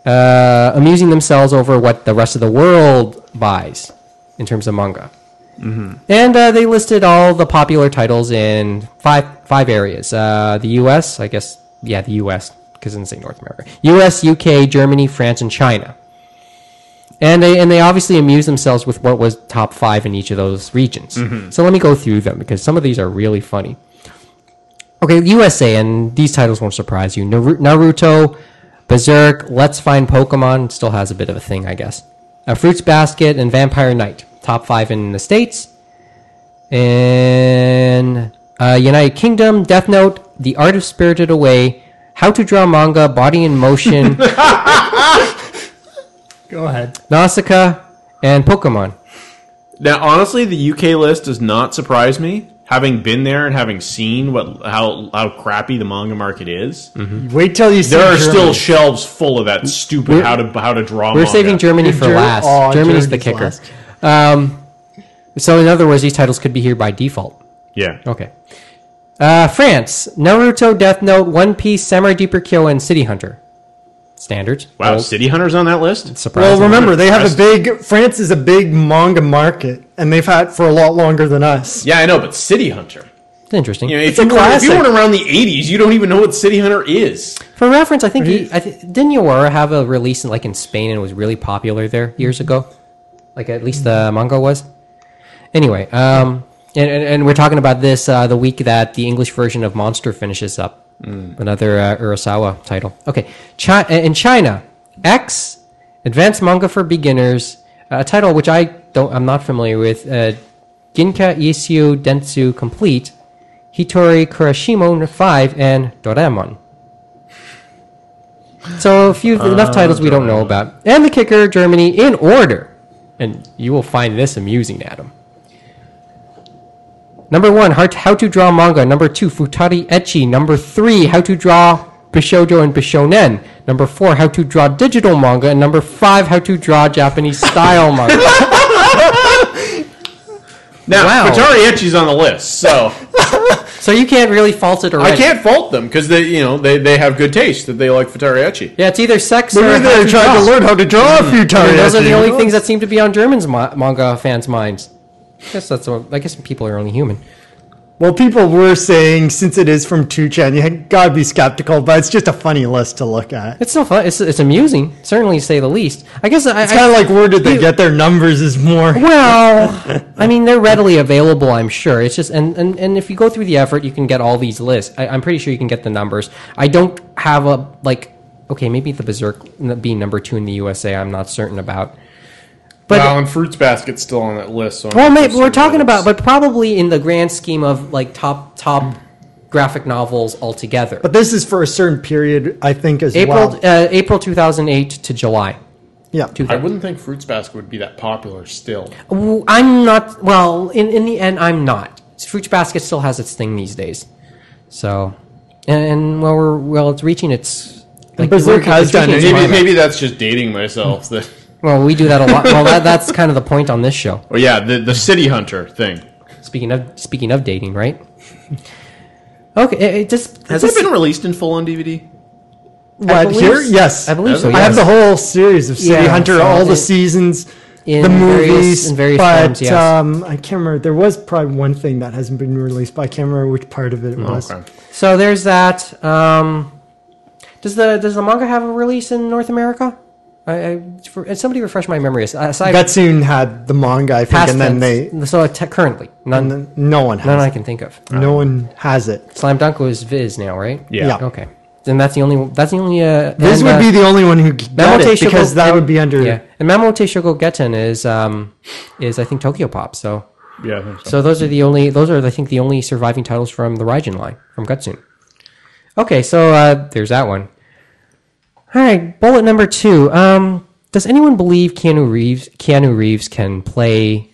uh, amusing themselves over what the rest of the world buys in terms of manga. And uh, they listed all the popular titles in five five areas: uh, the U.S., I guess, yeah, the U.S. because it didn't say North America, U.S., U.K., Germany, France, and China. And they and they obviously amused themselves with what was top five in each of those regions. So let me go through them because some of these are really funny. Okay, USA, and these titles won't surprise you: Naru- Naruto, Berserk, Let's Find Pokemon still has a bit of a thing, I guess. Uh, Fruits Basket and Vampire Knight, top five in the states. And uh, United Kingdom, Death Note, The Art of Spirited Away, How to Draw Manga, Body in Motion,
go ahead.
Nausicaa, and Pokemon.
Now, honestly, the UK list does not surprise me. Having been there and having seen what how how crappy the manga market is,
Wait till you see.
there are
Germany.
still shelves full of that stupid how to how to draw.
We're
manga.
saving Germany for
Oh, Ger-
last.
Aw,
Germany's the
Germany's
kicker.
last.
Um, so, in other words, these titles could be here by default.
Yeah.
Okay. Uh, France, Naruto, Death Note, One Piece, Samurai Deeper Kyo, and City Hunter. Standards.
Wow,
Old.
City Hunter's on that list?
Surprising.
Well, remember they have a
Rest-
big France is a big manga market, and they've had it for a lot longer than us.
Yeah, I know, but City Hunter.
Interesting.
You know, if,
a
you weren't, if you
classic.
weren't around the 80s, you don't even know what City Hunter is.
For reference, I think he, I th- didn't Yawara have a release in, like in Spain and it was really popular there years ago. Like at least the manga was. Anyway, um, and, and, and we're talking about this uh, the week that the English version of Monster finishes up, another uh, Urasawa title. Okay, Chi- uh, in China, X Advanced Manga for Beginners, uh, a title which I don't I'm not familiar with. Uh, Ginka Isio Dentsu Complete, Hitori Kurashimo 5, and Doraemon. So a few enough titles we don't know about, and the kicker Germany in order, and you will find this amusing, Adam. Number one, how to, how to draw manga. Number two, futari echi. Number three, how to draw bishoujo and bishonen. Number four, how to draw digital manga, and number five, how to draw Japanese style manga.
Now,
Wow.
Atari Etchi's on the list, so
So you can't really fault it already.
I can't fault them because they, you know, they, they have good taste that they like Atari Etchi.
Yeah, it's either sex or
Maybe
how
they're
to
trying to
draw.
learn how to draw a
Mm.
few
I
times.
mean, those are the only things that seem to be on Germans' ma- manga fans' minds. I guess that's what, I guess people are only human.
Well, people were saying since it is from 2chan, you had- gotta be skeptical, but it's just a funny list to look at.
It's still fun. It's, it's amusing, certainly to say the least. I guess I,
It's kind of like where did they
You-
get their numbers is more.
Well, I mean, they're readily available, I'm sure. It's just, and, and, and if you go through the effort, you can get all these lists. I, I'm pretty sure you can get the numbers. I don't have a, like, okay, maybe the Berserk n- being number two in the USA, I'm not certain about. But
Wow, and Fruits Basket's still on that list. So I'm
Well,
not
maybe
so
we're
certain
talking
that
about,
it's-
but probably in the grand scheme of like top top graphic novels altogether.
But this is for a certain period, I think, as
April
well.
uh, April two thousand eight to July.
Yeah.
I wouldn't think Fruits Basket would be that popular still.
W- I'm not well. In in the end, I'm not. Fruit Basket still has its thing these days. So, and, and well, we're well, it's reaching its. Like,
Berserk
we're-
has
it's reaching
done it.
its
Maybe
mark.
maybe that's just dating myself. That,
Well, we do that a lot. Well, that, that's kind of the point on this show.
oh yeah, the the City Hunter thing.
Speaking of speaking of dating, right? Okay, it, it just
Has
this-
it been released in full on DVD?
I
What,
believe
here?
s-
Yes.
I believe so.
I
Yes.
I have the whole series of City
Yeah,
Hunter,
so
all the
it-
seasons,
in
the movies,
various- in various
but
forms, yes.
um, I can't remember. There was probably one thing that hasn't been released, but I can't remember which part of it it was.
So there's that. Um, does the does the manga have a release in North America? I, I for, somebody refresh my memory. Aside
Gatsun had the manga, I think,
past
and then
tense.
they,
so te- currently none
and then no one
none
has
I
it.
can think of.
no one has it.
Slam Dunk was Viz now, right?
Yeah.
Yeah.
Okay. Then that's the only that's the only. Uh,
This
and,
would
uh,
be the only one who got
Mamoru
it
Tensei
because
Shogo-
that
and-
would be under.
yeah. And Mamoru Tensei Shogo Getten is um is I think Tokyo Pop. So
Yeah. I think so.
So those are the only those are I think the only surviving titles from the Raijin line from Gutsune. Okay, so uh, there's that one. All right, bullet number two. Um, does anyone believe Keanu Reeves? Keanu Reeves can play.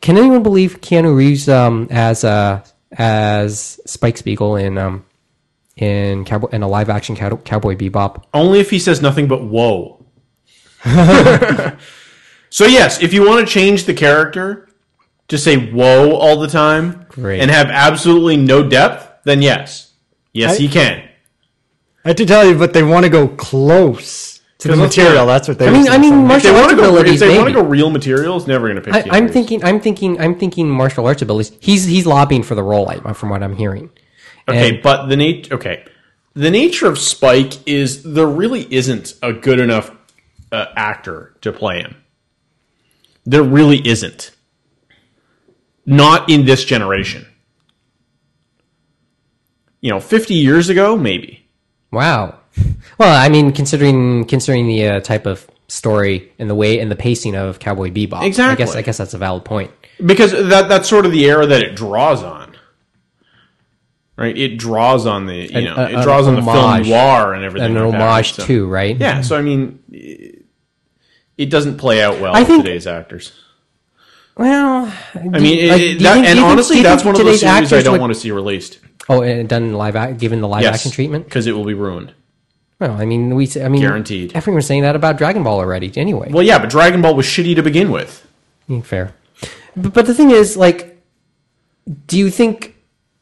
Can anyone believe Keanu Reeves um, as uh, as Spike Spiegel in um, in cowboy in a live action cow- Cowboy Bebop?
Only if he says nothing but whoa. so yes, if you want to change the character to say whoa all the time
Great.
and have absolutely no depth, then yes. Yes,
I-
he can.
I have to tell you, but they want to go close to the
Because let's
material.
not-
That's what they.
I
were
mean, I
saying.
mean,
If they
martial
want
arts
to go, if
abilities.
they want
maybe.
to go real material, it's never going to pick.
I,
Keanu
I'm
Reeves.
thinking. I'm thinking. I'm thinking martial arts abilities. He's he's lobbying for the role, I, from what I'm hearing.
Okay,
And-
but the nature. Okay, the nature of Spike is there really isn't a good enough uh, actor to play him. There really isn't. Not in this generation. You know, fifty years ago, maybe.
Wow. Well, I mean, considering considering the uh, type of story and the way and the pacing of Cowboy Bebop, I guess
Exactly.
I guess that's a valid point.
because that that's sort of the era that it draws on right it draws on the you
An-
know
a-
it draws
an
on the
homage.
film noir and everything
And an
like that,
homage
so-
too, right?
yeah so i mean it, it doesn't play out well
I
with
think-
today's actors
Well,
i mean it, it- that, and honestly that's one of those series i don't want to see released
Oh, and done in live ac- given the live action treatment.
because it will be ruined
Well, I mean, we. I mean,
Guaranteed.
Everyone's saying that about Dragon Ball already. Anyway,
well yeah but dragon ball was shitty to begin with
Mm, Fair, but, but the thing is, like, do you think,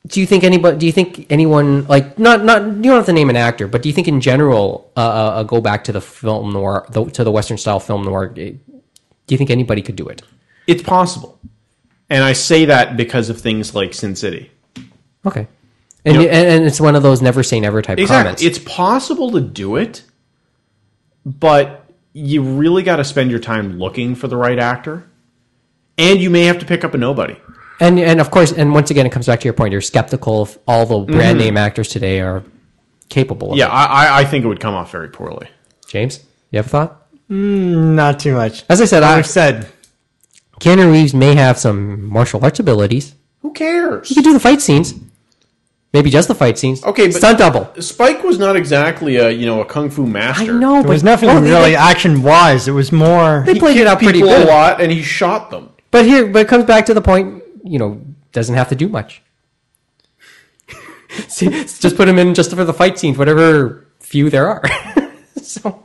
do you think anybody, do you think anyone, like, not not you don't have to name an actor, but do you think in general, uh, uh, uh, go back to the film noir, the, to the Western style film noir, eh, do you think anybody could do it?
it's possible and i say that because of things like sin city
Okay, and
Yep.
and, and it's one of those never say never type comments.
It's possible to do it, but you really got to spend your time looking for the right actor, and you may have to pick up a nobody.
and and of course, and once again, it comes back to your point. You're skeptical if all the brand name actors today are capable. Of
Mm-hmm. Yeah,
it.
I, I- I think it would come off very poorly.
James, you have a thought?
not too much.
As I said, I,
I've said
Keanu Reeves may have some martial arts abilities.
Who cares?
He could do the fight scenes. Maybe just the fight scenes.
Okay, but-
stunt double.
Spike was not exactly a you know a kung fu
I
master.
know,
There
but oh,
was nothing
well,
really
They,
action wise. It was more.
they played it out pretty
people
good.
a lot, and he shot them.
But here, but it comes back to the point. You know, doesn't have to do much. See, just put him in just for the fight scenes, whatever few there are. so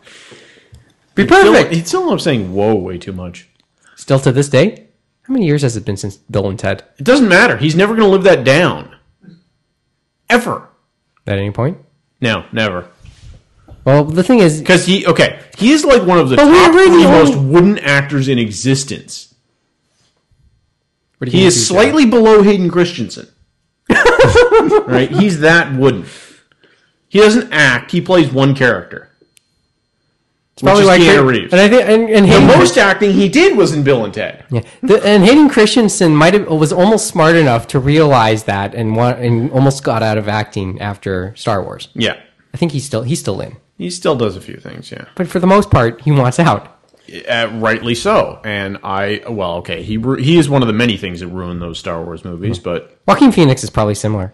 be perfect.
He'd still up saying "whoa" way too much.
Still to this day, how many years has it been since Bill and Ted?
It doesn't matter. He's never going to live that down. Ever.
At any point?
No, never.
Well, the thing is,
Because he okay, he is like one of the
But we
top
were the
three most
only-
wooden actors in existence.
what are you
He
gonna
is
do, Joe?
slightly below Hayden Christensen. right? He's that wooden. He doesn't act. He plays one character. It's
Probably why
Keanu
Chris-
Reeves.
And I think and, and
the
Hayden,
most acting he did was in Bill and Ted.
yeah, the, and Hayden Christensen might have was almost smart enough to realize that and wa- and almost got out of acting after Star Wars.
Yeah.
I think he's still he's still in,
He still does a few things, yeah.
but for the most part, he wants out.
Uh, rightly so. And I, well, okay, he ru- he is one of the many things that ruined those Star Wars movies, but
Joaquin Phoenix is probably similar.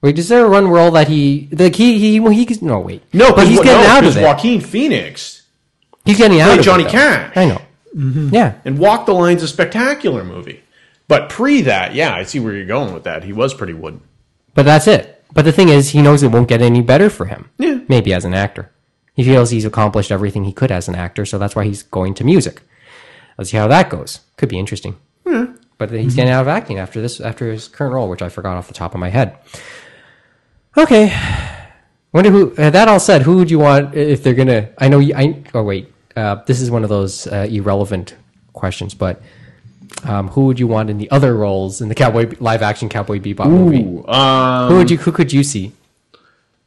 Wait, is there a one role that he like he he well, he no wait
no,
but he's getting out of it.
Joaquin Phoenix
he's getting out
played
of
Johnny
it, though.
Cash.
I know. Yeah,
and Walk the Line's a spectacular movie. But pre that, yeah, I see where you're going with that. He was pretty wooden.
but that's it. But the thing is, he knows it won't get any better for him.
Yeah.
Maybe as an actor, he feels he's accomplished everything he could as an actor, so that's why he's going to music. Let's see how that goes. Could be interesting. But he's getting out of acting after this after his current role, which I forgot off the top of my head. Okay. Wonder who. Uh, that all said, who would you want if they're gonna? I know. You, I. Oh wait. Uh, this is one of those uh, irrelevant questions, but um, who would you want in the other roles in the cowboy live action Cowboy Bebop movie?
Um,
Who would you? Who could you see?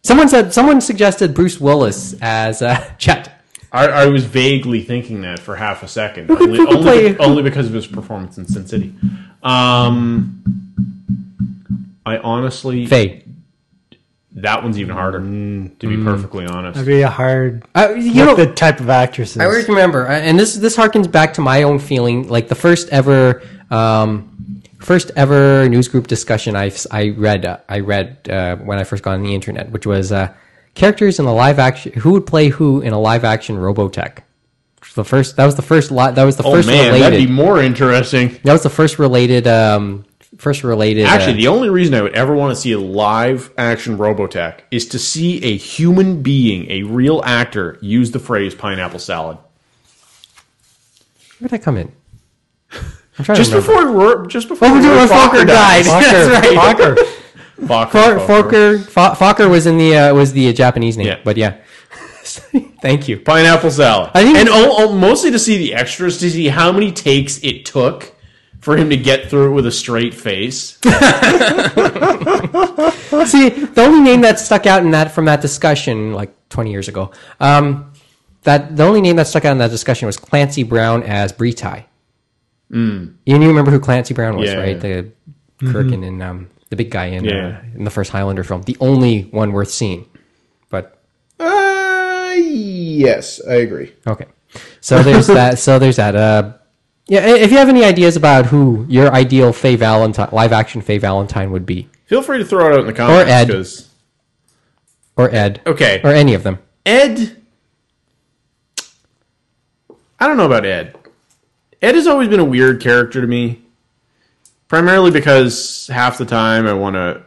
Someone said. Someone suggested Bruce Willis as uh, Chet.
I, I was vaguely thinking that for half a second,
could-
only,
who could
only,
play-
be- only because of his performance in Sin City. Um, I honestly,
Faye.
that one's even harder. to
Mm.
be perfectly honest,
That'd be a hard.
Uh, you
You
know,
the type of actresses.
I always remember, uh, and this this harkens back to my own feeling, like the first ever, um, first ever news group discussion I I read uh, I read uh, when I first got on the internet, which was uh, characters in a live action who would play who in a live action Robotech. Which was The first that was the first li- that was the
oh
first
man,
related
that'd be more interesting.
that was the first related um first related uh,
Actually, the only reason I would ever want to see a live action Robotech is to see a human being, a real actor, use the phrase pineapple salad.
where did that come in? I'm trying
Just
to remember.
before, Ro- just before
Oh, we're doing
Fokker
Fokker died. That's right.
Fokker. Fokker.
Fo- Fokker Fo- Fokker was in the uh, was the uh, Japanese name,
Yeah.
but yeah. Thank you.
Pineapple salad.
I think-
and oh, oh, mostly to see the extras, to see how many takes it took for him to get through it with a straight face.
See, the only name that stuck out in that from that discussion, like 20 years ago, um, that the only name that stuck out in that discussion was Clancy Brown as Britai. Mm. You you remember who Clancy Brown was,
Yeah,
right?
yeah.
The Kirkin and um, the big guy in
Yeah.
uh, in the first Highlander film, the only one worth seeing. But
Uh, yes, I agree.
Okay. So there's that. So there's that. Uh, yeah. i- If you have any ideas about who your ideal Faye Valentine, live action Faye Valentine would be,
Feel free to throw it out in the comments.
Ed.
'cause-
or Ed,
Okay.
or any of them,
Ed. I don't know about Ed. Ed has always been a weird character to me. Primarily because half the time I want to.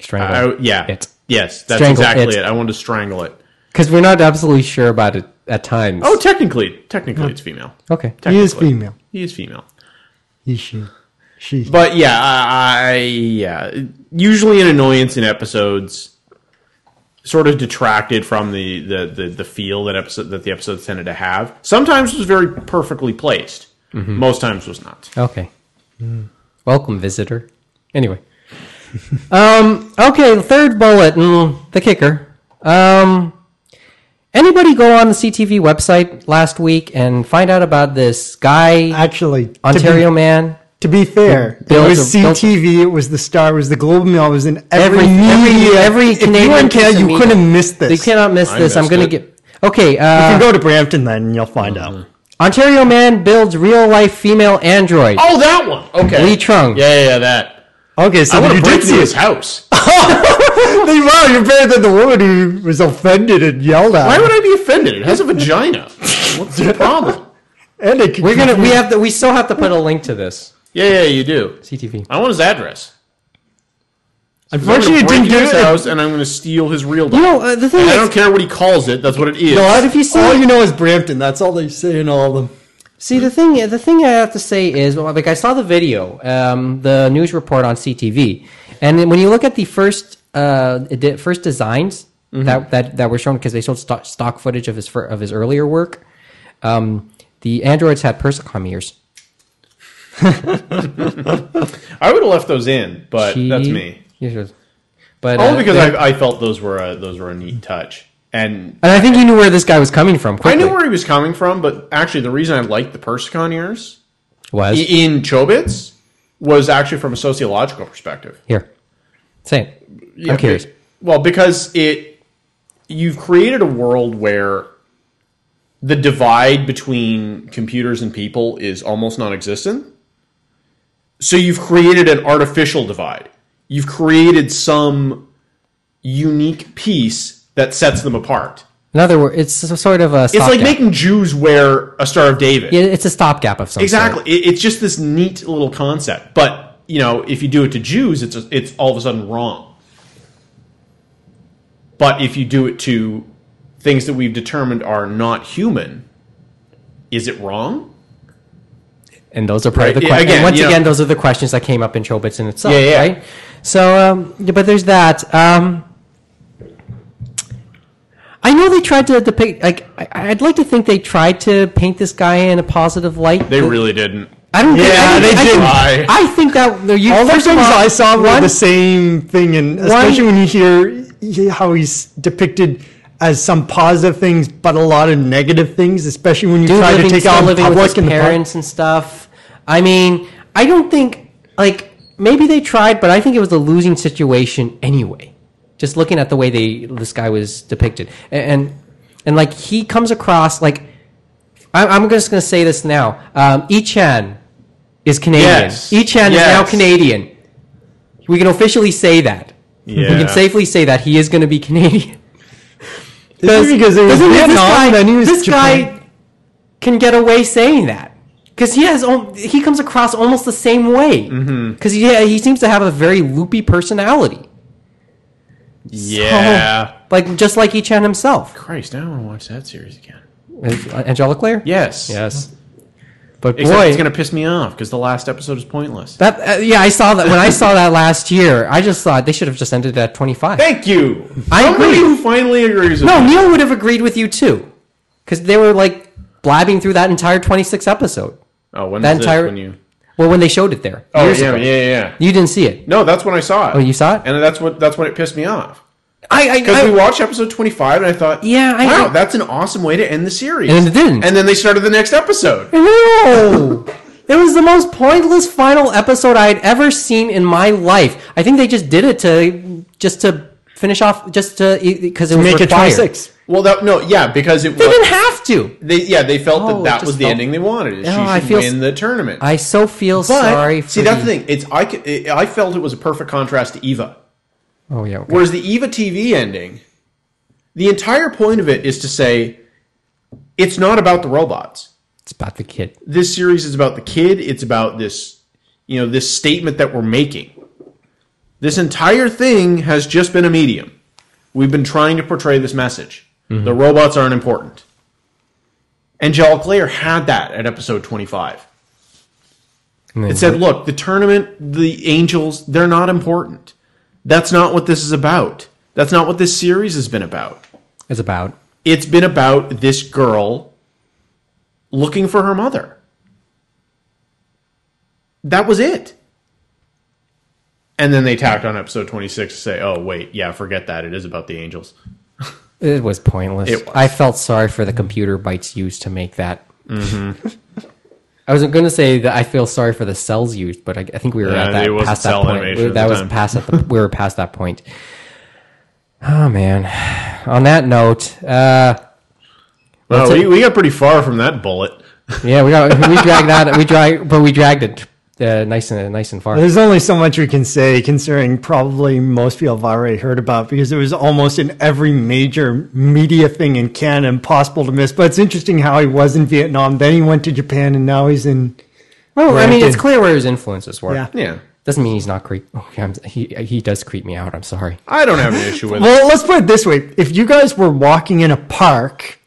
strangle,
I, yeah.
It.
Yes, that's
Strangle
exactly
it.
it. I want to strangle it.
because we're not absolutely sure about it at times.
Oh, technically, technically it's female.
okay.
He is
Technically.
female.
He is female.
He she. She.
But yeah, I, I yeah, usually an annoyance in episodes sort of detracted from the the the, the feel that episode that the episodes tended to have. Sometimes was very perfectly placed.
Mm-hmm.
Most times was not.
Okay. Welcome, visitor. Anyway. um. Okay. the Third bullet. Mm, the kicker. Um. Anybody go on the CTV website last week and find out about this guy,
Actually, to
Ontario man?
To be fair,
Bill-
it was
Bill-
CTV, it was the Star, it was the Globe and Mail, it was in every,
Every- every-
media.
every
if you were
Canadian
in Canada,
piece of
you couldn't
media.
have missed this.
You cannot miss
I
this. I'm
missed
going to
it.
get. Okay. Uh, Mm-hmm.
you can go to Brampton then, and you'll find out.
Ontario man builds real life female android.
Oh, that one. Okay.
Lee Trung.
Yeah, yeah, yeah, that.
Oh, Okay, so
I want
you
to
did
break into
see
his
it.
house.
wow, you're better than the woman who was offended and yelled at.
Why would I be offended? It has a vagina. What's the problem?
And it
We're gonna. We have. To, we still have to put a link to this
Yeah, yeah, you do.
CTV.
I want his address.
Unfortunately,
I'm gonna
it didn't
break
do
into his
it.
house, and I'm going to steal his real.
You
Dog.
know uh, the thing
And I
is,
don't care what he calls it. That's what it is.
God, if you see
All you know is Brampton. That's all they say in all of them.
See the thing. The thing I have to say is, well, like I saw the video, um, the news report on CTV, and when you look at the first, uh, the first designs that, that that were shown because they showed stock, stock footage of his fir- of his earlier work, um, the androids had persicom ears.
I would have left those in, but that's
She-
me.
Yes, yes. But
Only
uh,
because
they-
I, I felt those were a, those were a neat touch, and
and I think you knew where this guy was coming from.
I
Quickly,
knew where he was coming from. But actually, the reason I liked the persicon ears
was
i- in Chobits was actually from a sociological perspective.
here. Say it.
Yeah,
I'm curious.
be- Well, because it you've created a world where the divide between computers and people is almost non-existent. So you've created an artificial divide. You've created some unique piece that sets them apart.
In other words, it's s- sort of a.
It's like
stopgap.
making Jews wear a Star of David.
Yeah, It's a stopgap of some
Exactly.
sort.
It, it's just this neat little concept, but you know, if you do it to Jews, it's it's all of a sudden wrong. But if you do it to things that we've determined are not human, is it wrong?
And those are part
Right,
of the
yeah,
questions.
again,
once
you know-
again, those are the questions that came up in Chobits in itself,
Yeah, yeah.
right? So, um, yeah, but there's that. Um, I know they tried to depict. Like, I, I'd like to think they tried to paint this guy in a positive light.
They really didn't.
I don't. think-
Yeah,
I
they
think,
did.
I think, I think that no, you,
All the
first
things
of all,
I saw were
one,
the same thing, and especially when you hear he- how he's depicted as some positive things, but a lot of negative things, especially when you
dude
try to
living,
take
still
out
living with
public
his
and
parents and stuff. I mean, I don't think like maybe they tried, but I think it was a losing situation anyway. Just looking at the way they this guy was depicted, A- and and like he comes across like I, I'm just gonna say this now. Um, Ichan is Canadian.
Yes.
Ichan is now
Yes.
Canadian. We can officially say that. We
Yeah.
can safely say that he is going to be Canadian.
Is it because he was
Doesn't mean
Vietnam and then he was
this
Japan?
guy can get away saying that because he has al- he comes across almost the same way because
Mm-hmm.
he he seems to have a very loopy personality,
Yeah.
like just like Ichan himself.
Christ, now I want to watch that series again.
Is- uh, Angelic Lair.
Yes. Mm-hmm.
Yes. But
Except
boy,
it's gonna piss me off because the last episode is pointless.
that uh, yeah, I saw that when I saw that last year. I just thought they should have just ended it at twenty five.
Thank you.
I
Somebody
agree.
who finally agrees with
No,
me.
Neil would have agreed with you too, because they were like blabbing through that entire twenty six episode.
Oh, when's
That
this
entire-
when you?
Well, when they showed it there.
Oh
years
yeah,
ago.
yeah, yeah.
You didn't see it.
No, that's when I saw it.
Oh, you saw it?
and that's what that's when it pissed me off.
I, I,
Because
I-
we watched episode 25 and I thought,
Yeah, I-
wow,
I-
that's an awesome way to end the series.
And it didn't.
And then they started the next episode.
No! it was the most pointless final episode I had ever seen in my life. I think they just did it to just to finish off, just to because it was
Make it
required.
26.
Well, that no, yeah, because it
They
was
didn't have to.
they yeah they felt
No,
that that
it
was
just
the
felt-
ending they wanted. Is
No,
she should
I feel
win
s-
the tournament.
I so feel
But-
sorry. For
see that's the thing. It's I c- it- I felt it was a perfect contrast to Eva.
Oh yeah. okay.
Whereas the Eva TV ending, the entire point of it is to say, it's not about the robots.
It's about the kid.
this series is about the kid. It's about this, you know, this statement that we're making. This entire thing has just been a medium. We've been trying to portray this message.
Mm-hmm.
The robots aren't important. Angelic Layer had that at episode 25.
And then-
It said, look, the tournament, the angels, they're not important. That's not what this is about. That's not what this series has been about.
it's about.
It's been about this girl looking for her mother. That was it. And then they tacked on episode 26 to say, oh, wait, yeah, forget that. It is about the angels.
It was pointless.
It was.
I felt sorry for the computer bytes used to make that. I was going to say that I feel sorry for the cells used, but I, I think we were
Yeah,
at
it
that
wasn't
past
cell
that point.
animation
We-
at
That
the
was
time.
past at the, we were past that point. Oh man. On that note, uh,
Well,
That's
we,
it.
we got pretty far from that bullet.
yeah, we got we dragged that we drag but we dragged it uh, nice and nice and far.
There's only so much we can say, considering probably most people have already heard about because it was almost in every major media thing in Canada, impossible to miss. But it's interesting how he was in Vietnam, then he went to Japan, and now he's in.
Well, I mean,
Granted.
it's clear where his influences were.
Yeah.
Yeah.
Doesn't mean he's not creep. Oh, yeah, I'm, he he does creep me out. I'm sorry.
I don't have an issue with it.
Well, let's put it this way: if you guys were walking in a park,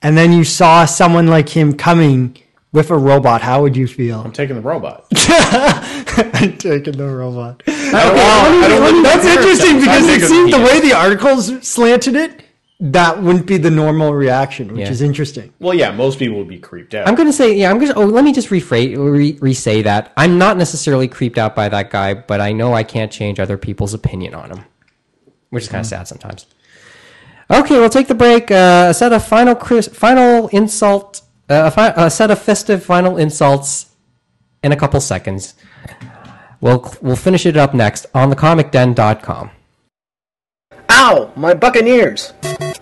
and then you saw someone like him coming with a robot, how would you feel?
I'm taking the robot.
I'm taking the robot.
I don't live in
That's
America.
interesting because
I
it
live in
seemed the
here.
way the articles slanted it, that wouldn't be the normal reaction, which
Yeah.
is interesting.
Well, yeah, most people would be creeped out.
I'm gonna say yeah. I'm gonna. Oh, let me just rephrase, re, re-say that. I'm not necessarily creeped out by that guy, but I know I can't change other people's opinion on him, which is kind of sad sometimes. Okay, we'll take the break. Uh, a set of final cris- final insult. Uh, a, fi- a set of festive final insults in a couple seconds. We'll we'll finish it up next on thecomicden.com.
Ow! My Buccaneers!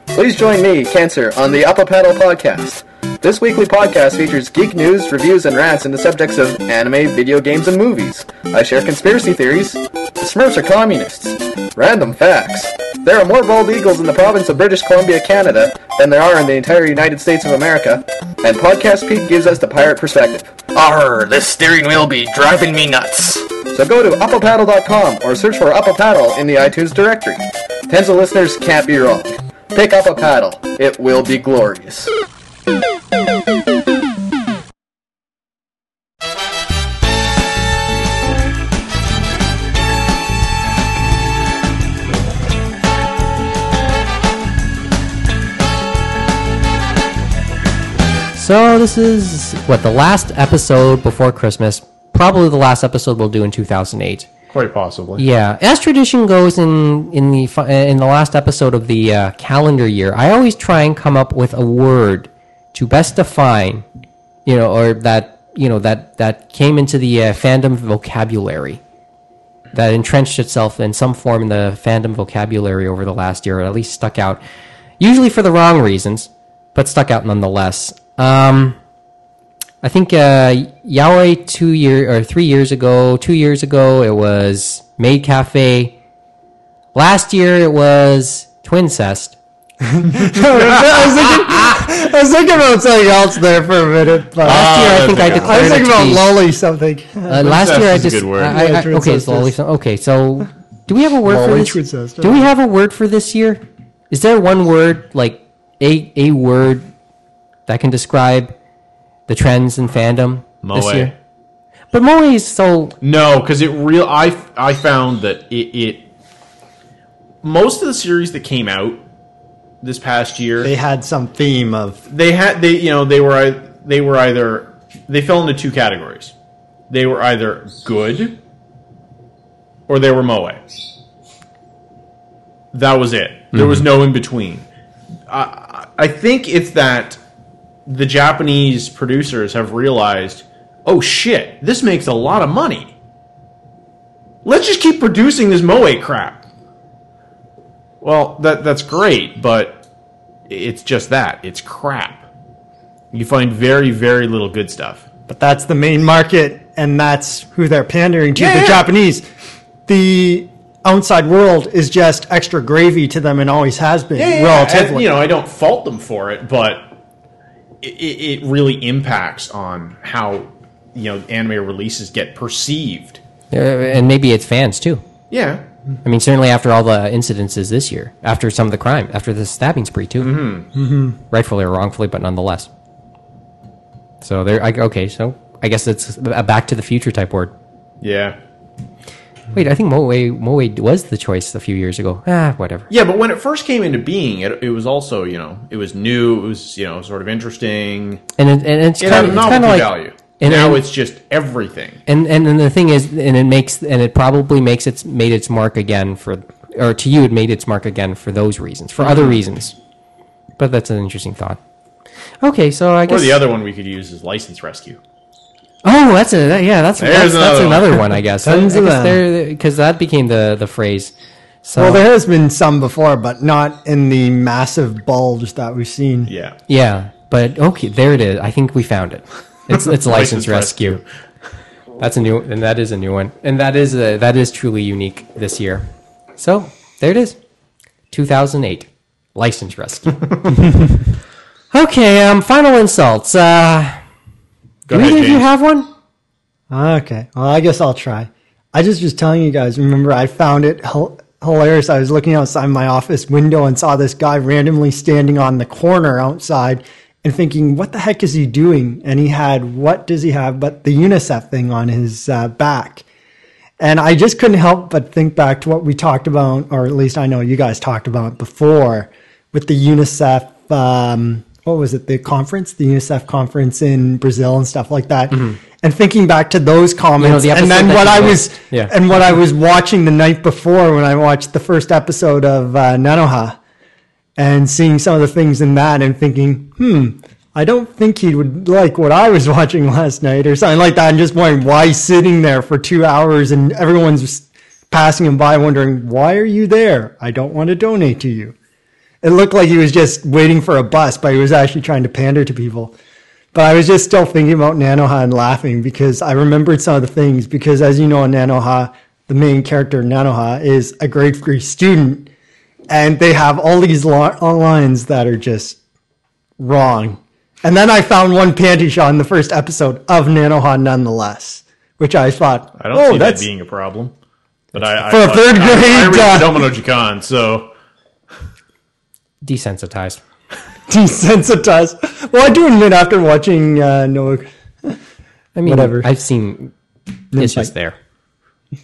Please join me, Cancer, on the Up a Pedal podcast. This weekly podcast features geek news, reviews, and rants into subjects of anime, video games, and movies. I share conspiracy theories. The Smurfs are communists. Random facts. There are more bald eagles in the province of British Columbia, Canada, than there are in the entire United States of America. And Podcast Pete gives us the pirate perspective.
Arr, this steering wheel be driving me nuts.
So go to uppapaddle.com or search for Up a Paddle in the iTunes directory. Tens of listeners can't be wrong. Pick up a paddle. It will be glorious.
So this is what the last episode before Christmas, probably the last episode we'll do in 2008.
Quite possibly.
Yeah, as tradition goes in in the fi- uh, in the last episode of the uh, calendar year, I always try and come up with a word to best define, you know, or that you know that that came into the uh, fandom vocabulary, that entrenched itself in some form in the fandom vocabulary over the last year, or at least stuck out, usually for the wrong reasons, but stuck out nonetheless. Um, I think uh, Yaoi two year or three years ago, two years ago it was Maid Cafe. Last year it was Twincest.
I was thinking, I was thinking about something else there for a minute, but
Last year I think I
that's a good one.
I was
declared it
thinking about
to be.
lolly something.
uh, last year I
is a
just
good word.
I- I-
Yeah,
I- okay, it's
Twincest
lolly.
is-
so- Okay, so do we have a word
Lolly
for this?
Twincest,
Do we have a word for this year? Is there one word like a a word that can describe the trends in fandom this
Moe.
year? But moe is so
No, because it real. I I found that it, it most of the series that came out this past year
They had some theme of
they had they you know they were ei- they were either they fell into two categories. They were either good or they were moe. That was it. There was no in between. I, I I think it's that the Japanese producers have realized, oh shit, this makes a lot of money. Let's just keep producing this moe crap. Well, that that's great, but it's just that it's crap you find very very little good stuff
but that's the main market and that's who they're pandering to
Yeah,
the
yeah.
japanese the outside world is just extra gravy to them and always has been relatively
And, you know i don't fault them for it but it, it it really impacts on how you know anime releases get perceived
uh, and maybe it's fans too.
yeah
I mean, certainly after all the incidences this year, after some of the crime, after the stabbing spree too, mm-hmm. rightfully or wrongfully, but nonetheless. So there, I, okay. So I guess it's a Back to the Future type word.
yeah
Wait, I think Moe Moe was the choice a few years ago. Ah, whatever.
yeah but when it first came into being it, it was also you know it was new it was you know sort of interesting
And it, and it's
it
kind
had
of
a
it's kind
novelty
of like
value
and-
now
and-
it's just everything
and and and the thing is, and it makes and it probably makes its made its mark again for, or to you, it made its mark again for those reasons, for other reasons. But that's an interesting thought. Okay, so I
or
guess
the other one we could use is license rescue
Oh, that's a that- yeah. That's that's,
There's
that's
another one.
another one, I guess.
Tons
I
of
guess
them.
because that became the the phrase. So
well there has been some before but not in the massive bulge that we've seen
yeah
yeah, but okay, there it is. I think we found it. It's it's license
License
rescue. That's a new, and that is a new one, and that is a, that is truly unique this year. So there it is, 2008 license rescue. okay, um, final insults. Uh,
Go
do
ahead,
either of you
James.
have one?
Ah, Okay. Well, I guess I'll try. I just was telling you guys. Remember, I found it hil- hilarious. I was looking outside my office window and saw this guy randomly standing on the corner outside and thinking, "What the heck is he doing?" And he had what does he have? But the UNICEF thing on his uh, back. And I just couldn't help but think back to what we talked about, or at least I know you guys talked about before with the UNICEF. Um, what was it? The conference, the UNICEF conference in Brazil and stuff like that. And thinking back to those comments,
Mm-hmm. the
and then
episode that
what
you
I
watched.
was,
Yeah.
and what I was watching the night before when I watched the first episode of uh, Nanoha, and seeing some of the things in that, and thinking, hmm, I don't think he would like what I was watching last night or something like that. And just wondering why he's sitting there for two hours and everyone's just passing him by wondering, why are you there? I don't want to donate to you. It looked like he was just waiting for a bus, but he was actually trying to pander to people. But I was just still thinking about Nanoha and laughing because I remembered some of the things. Because as you know, in Nanoha, the main character, Nanoha, is a grade three student. And they have all these lo- lines that are just wrong. And then I found one panty shot in the first episode of Nanoha nonetheless, which I thought,
I don't
oh,
see
that's
that being a problem. But I, I
For a
thought-
third
I- I,
grade,
read
uh,
the Domino Jacon, so
Desensitized.
desensitized. Well, I do admit after watching uh, No
I mean,
Whatever.
I've seen. It's just there.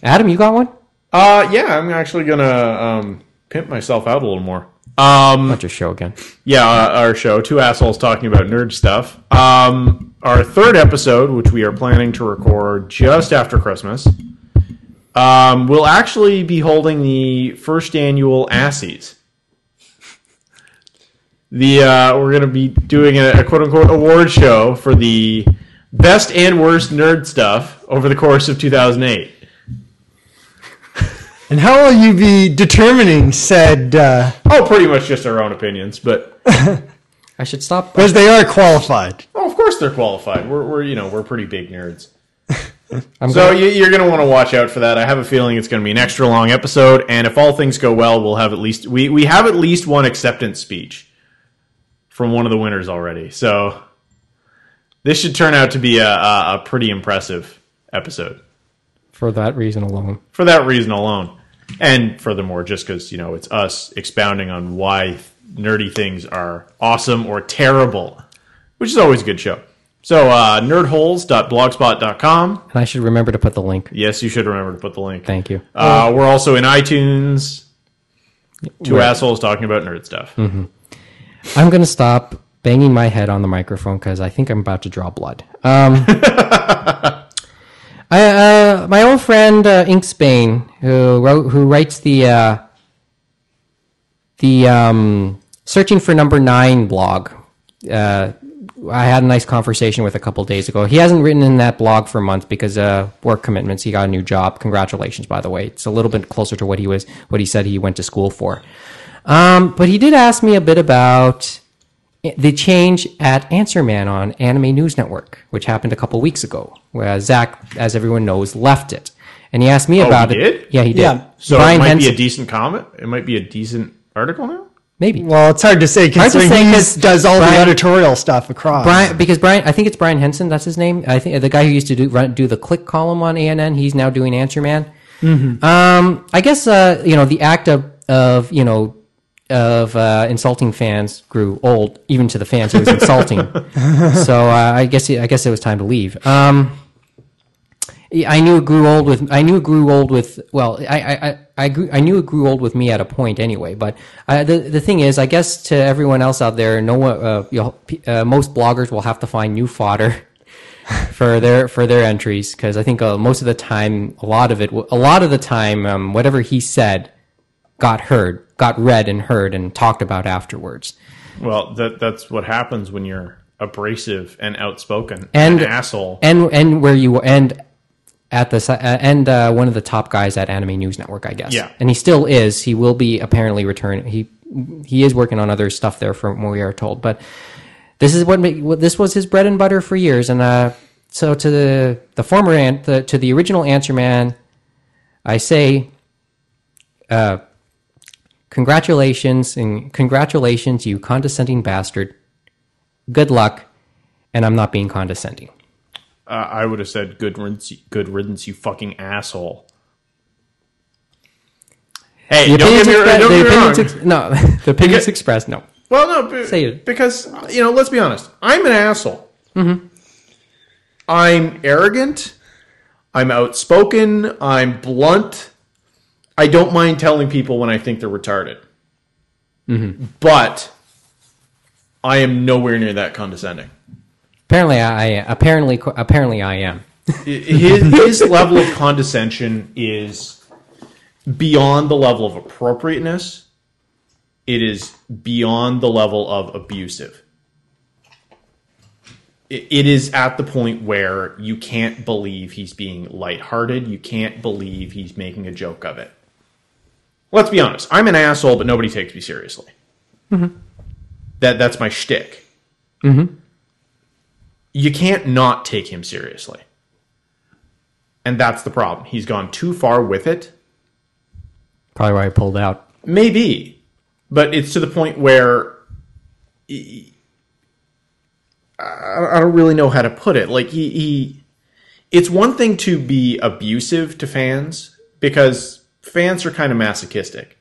Adam, you got one?
uh, yeah, I'm actually gonna um, pimp myself out a little more. Um,
Watch your show again.
yeah, uh, our show, two assholes talking about nerd stuff. Um, our third episode, which we are planning to record just after Christmas, um, will actually be holding the first annual Assies. The uh, we're going to be doing a, a quote unquote award show for the best and worst nerd stuff over the course of 2008.
And how will you be determining said, uh,
Oh, pretty much just our own opinions, but
I should stop.
because they are qualified?
Oh, of course they're qualified. We're, we're you know we're pretty big nerds.
I'm
so you, you're going to want to watch out for that. I have a feeling it's going to be an extra long episode, and if all things go well, we'll have at least we we have at least one acceptance speech from one of the winners already. So this should turn out to be a, a, a pretty impressive episode
For that reason alone.
for that reason alone, and furthermore, just because you know it's us expounding on why nerdy things are awesome or terrible, which is always a good show. So uh, nerdholes.blogspot.com.
And I should remember to put the link.
Yes, you should remember to put the link.
Thank you.
Uh, we're also in iTunes. 2 assholes talking about nerd stuff.
Mm-hmm. I'm gonna stop banging my head on the microphone because I think I'm about to draw blood. Um, I, uh, my old friend uh, Ink Spain, who wrote, who writes the uh, the um, searching for number nine blog. Uh, I had a nice conversation with a couple days ago. He hasn't written in that blog for months because uh, work commitments. He got a new job. Congratulations, by the way. It's a little bit closer to what he was what he said he went to school for. Um, but he did ask me a bit about the change at Answer Man on Anime News Network, which happened a couple weeks ago, where Zach, as everyone knows, left it. And he asked me about
he
it.
did?
Yeah, he did.
Yeah.
So
Brian
it might
Henson-
be a decent comment. It might be a decent article now.
maybe.
Well, it's hard to say
to
considering
say
he
'cause
does all the
Brian-
editorial stuff across.
Brian, because Brian, I think it's Brian Henson. That's his name. I think the guy who used to do run, do the click column on ANN. He's now doing Answer Man. Um, I guess uh, you know the act of of you know of uh, insulting fans grew old, even to the fans who was insulting. so uh, I guess I guess it was time to leave. Um, I knew it grew old with I knew it grew old with well I I I, I, grew, I knew it grew old with me at a point anyway but uh, the the thing is I guess to everyone else out there no one uh, you'll, uh, most bloggers will have to find new fodder for their for their entries because I think uh, most of the time a lot of it a lot of the time um, whatever he said got heard got read and heard and talked about afterwards
Well, that that's what happens when you're abrasive and outspoken
and
an asshole.
and and where you and at the si- uh, and uh, one of the top guys at Anime News Network, I guess.
Yeah.
and he still is. He will be apparently return. He he is working on other stuff there, from what we are told. But this is what, ma- what this was his bread and butter for years, and uh, So to the the former an, the, to the original answer man, I say, uh, congratulations and congratulations, you condescending bastard. Good luck, and I'm not being condescending.
Uh, I would have said, "Good riddance, good riddance, you fucking asshole." Hey,
The
don't
opinions
get me,
expre-
don't
the
get me
opinions
wrong.
ex- no, the opinions expressed. No,
Well, no, b-
Say it.
because you know. Let's be honest. I'm an asshole.
Mm-hmm.
I'm arrogant. I'm outspoken. I'm blunt. I don't mind telling people when I think they're retarded.
Mm-hmm.
But I am nowhere near that condescending.
apparently I, I apparently apparently I am.
his, his level of condescension is beyond the level of appropriateness. It is beyond the level of abusive. It- it is at the point where you can't believe he's being lighthearted. You can't believe he's making a joke of it. Let's be honest. I'm an asshole, but nobody takes me seriously. That that's my shtick. You can't not take him seriously. And that's the problem. He's gone too far with it.
Probably why I pulled out.
Maybe. But it's to the point where I I don't really know how to put it. Like he, he it's one thing to be abusive to fans because fans are kind of masochistic.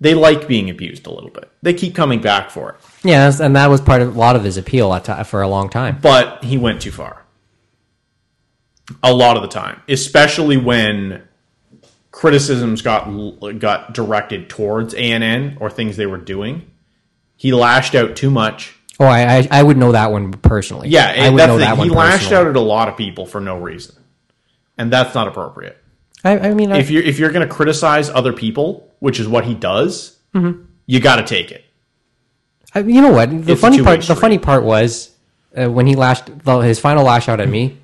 They like being abused a little bit. They keep coming back for it.
Yeah, that's- and that was part of a lot of his appeal at ti- for a long time.
but he went too far a lot of the time especially when criticisms got got directed towards ANN or things they were doing he lashed out too much
Oh, I I, I would know that one personally.
yeah
I
and
would
that's
know
the
that
thing.
one.
he lashed
personally.
out at a lot of people for no reason and that's not appropriate
I, I mean, I,
if you're if you're going to criticize other people which is what he does
Mm-hmm.
you got to take it
I, you know what? The
It's a
funny
two-way
part. The
street.
funny part was uh, when he lashed the, his final lash out at me.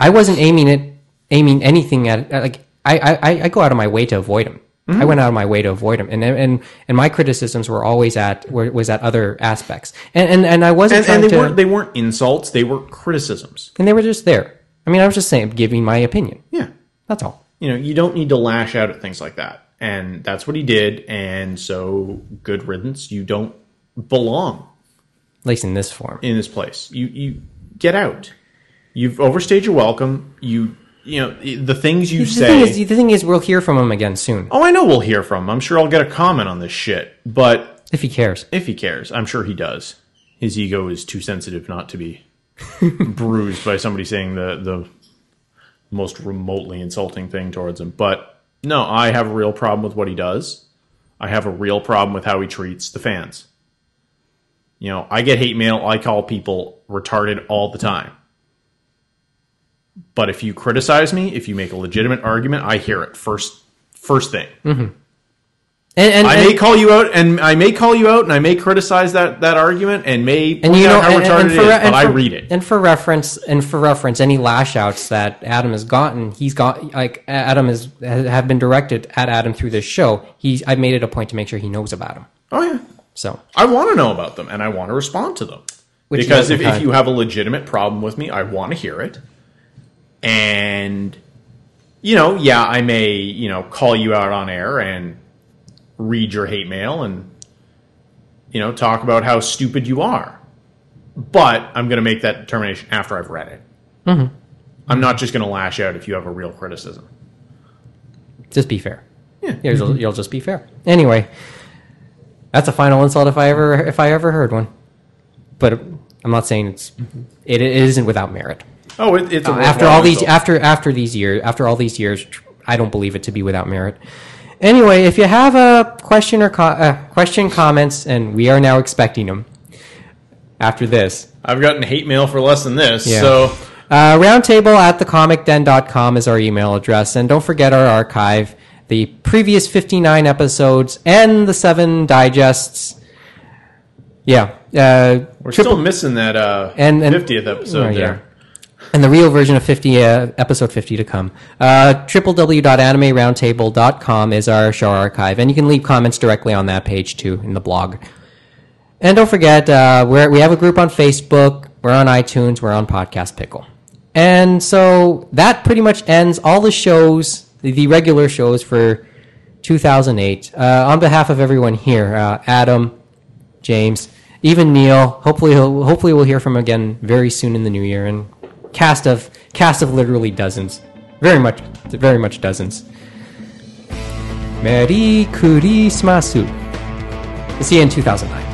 I wasn't aiming it, aiming anything at at, like I I, I- I go out of my way to avoid him.
Mm-hmm.
I went out of my way to avoid him, and and and my criticisms were always at were, was at other aspects, and and, and I wasn't
and,
trying
and they
to,
weren't they weren't insults they were criticisms
and they were just there. I mean, I was just saying, giving my opinion.
yeah
That's all.
you know, you don't need to lash out at things like that. And that's what he did. And so, good riddance. You don't belong
At least in this form.
in this place. You you get out. You've overstayed your welcome. You you know the things you
the
say.
thing is, the thing is, we'll hear from him again soon
oh, I know we'll hear from. him. I'm sure I'll get a comment on this shit. But
if he cares.
if he cares, I'm sure he does. His ego is too sensitive not to be bruised by somebody saying the the most remotely insulting thing towards him. But no, I have a real problem with what he does. I have a real problem with how he treats the fans. You know, I get hate mail. I call people retarded all the time. But if you criticize me, if you make a legitimate argument, I hear it first first thing.
And and,
I
and,
may call you out, and I may call you out, and I may criticize that that argument, and may point
and you know
out how
and,
retarded
and
it
for,
is,
re-
but
and
I
for-
read it.
And for reference, and for reference, any lash outs that Adam has gotten, he's got like Adam is have been directed at Adam through this show. He I made it a point to make sure he knows about him.
oh yeah,
So
I want to know about them, and I want to respond to them
Which he
because
doesn't
if, if
have.
you have a legitimate problem with me, I want to hear it, and you know, yeah, I may you know call you out on air and read your hate mail and you know talk about how stupid you are, but I'm going to make that determination after I've read it.
Mm-hmm.
I'm not just going to lash out if you have a real criticism.
just be fair. Yeah, you'll, you'll just be fair. Anyway, that's a final insult if I ever if I ever heard one. But I'm not saying it's it, it isn't without merit.
Oh, it, it's a
Uh, after all
worthwhile
these
insult.
after after these years after all these years tr- i don't believe it to be without merit anyway if you have a question or co- uh, question comments and we are now expecting them after this
I've gotten hate mail for less than this,
Yeah.
so
uh, roundtable at thecomicden.com is our email address and don't forget our archive the previous 59 episodes and the seven digests yeah uh,
we're still missing that uh,
And- and-
50th episode
Oh, yeah.
there.
and the real version of 50 uh, episode 50 to come uh, www.animeroundtable.com is our show archive and you can leave comments directly on that page too in the blog and don't forget uh, we're, we have a group on facebook we're on itunes we're on podcast pickle And so that pretty much ends all the shows, the regular shows for 2008. Uh, on behalf of everyone here, uh, Adam, James, even Neil. Hopefully, he'll, hopefully we'll hear from him again very soon in the new year. And cast of cast of literally dozens, very much, very much dozens. Merry Kurismasu. See you in 2009.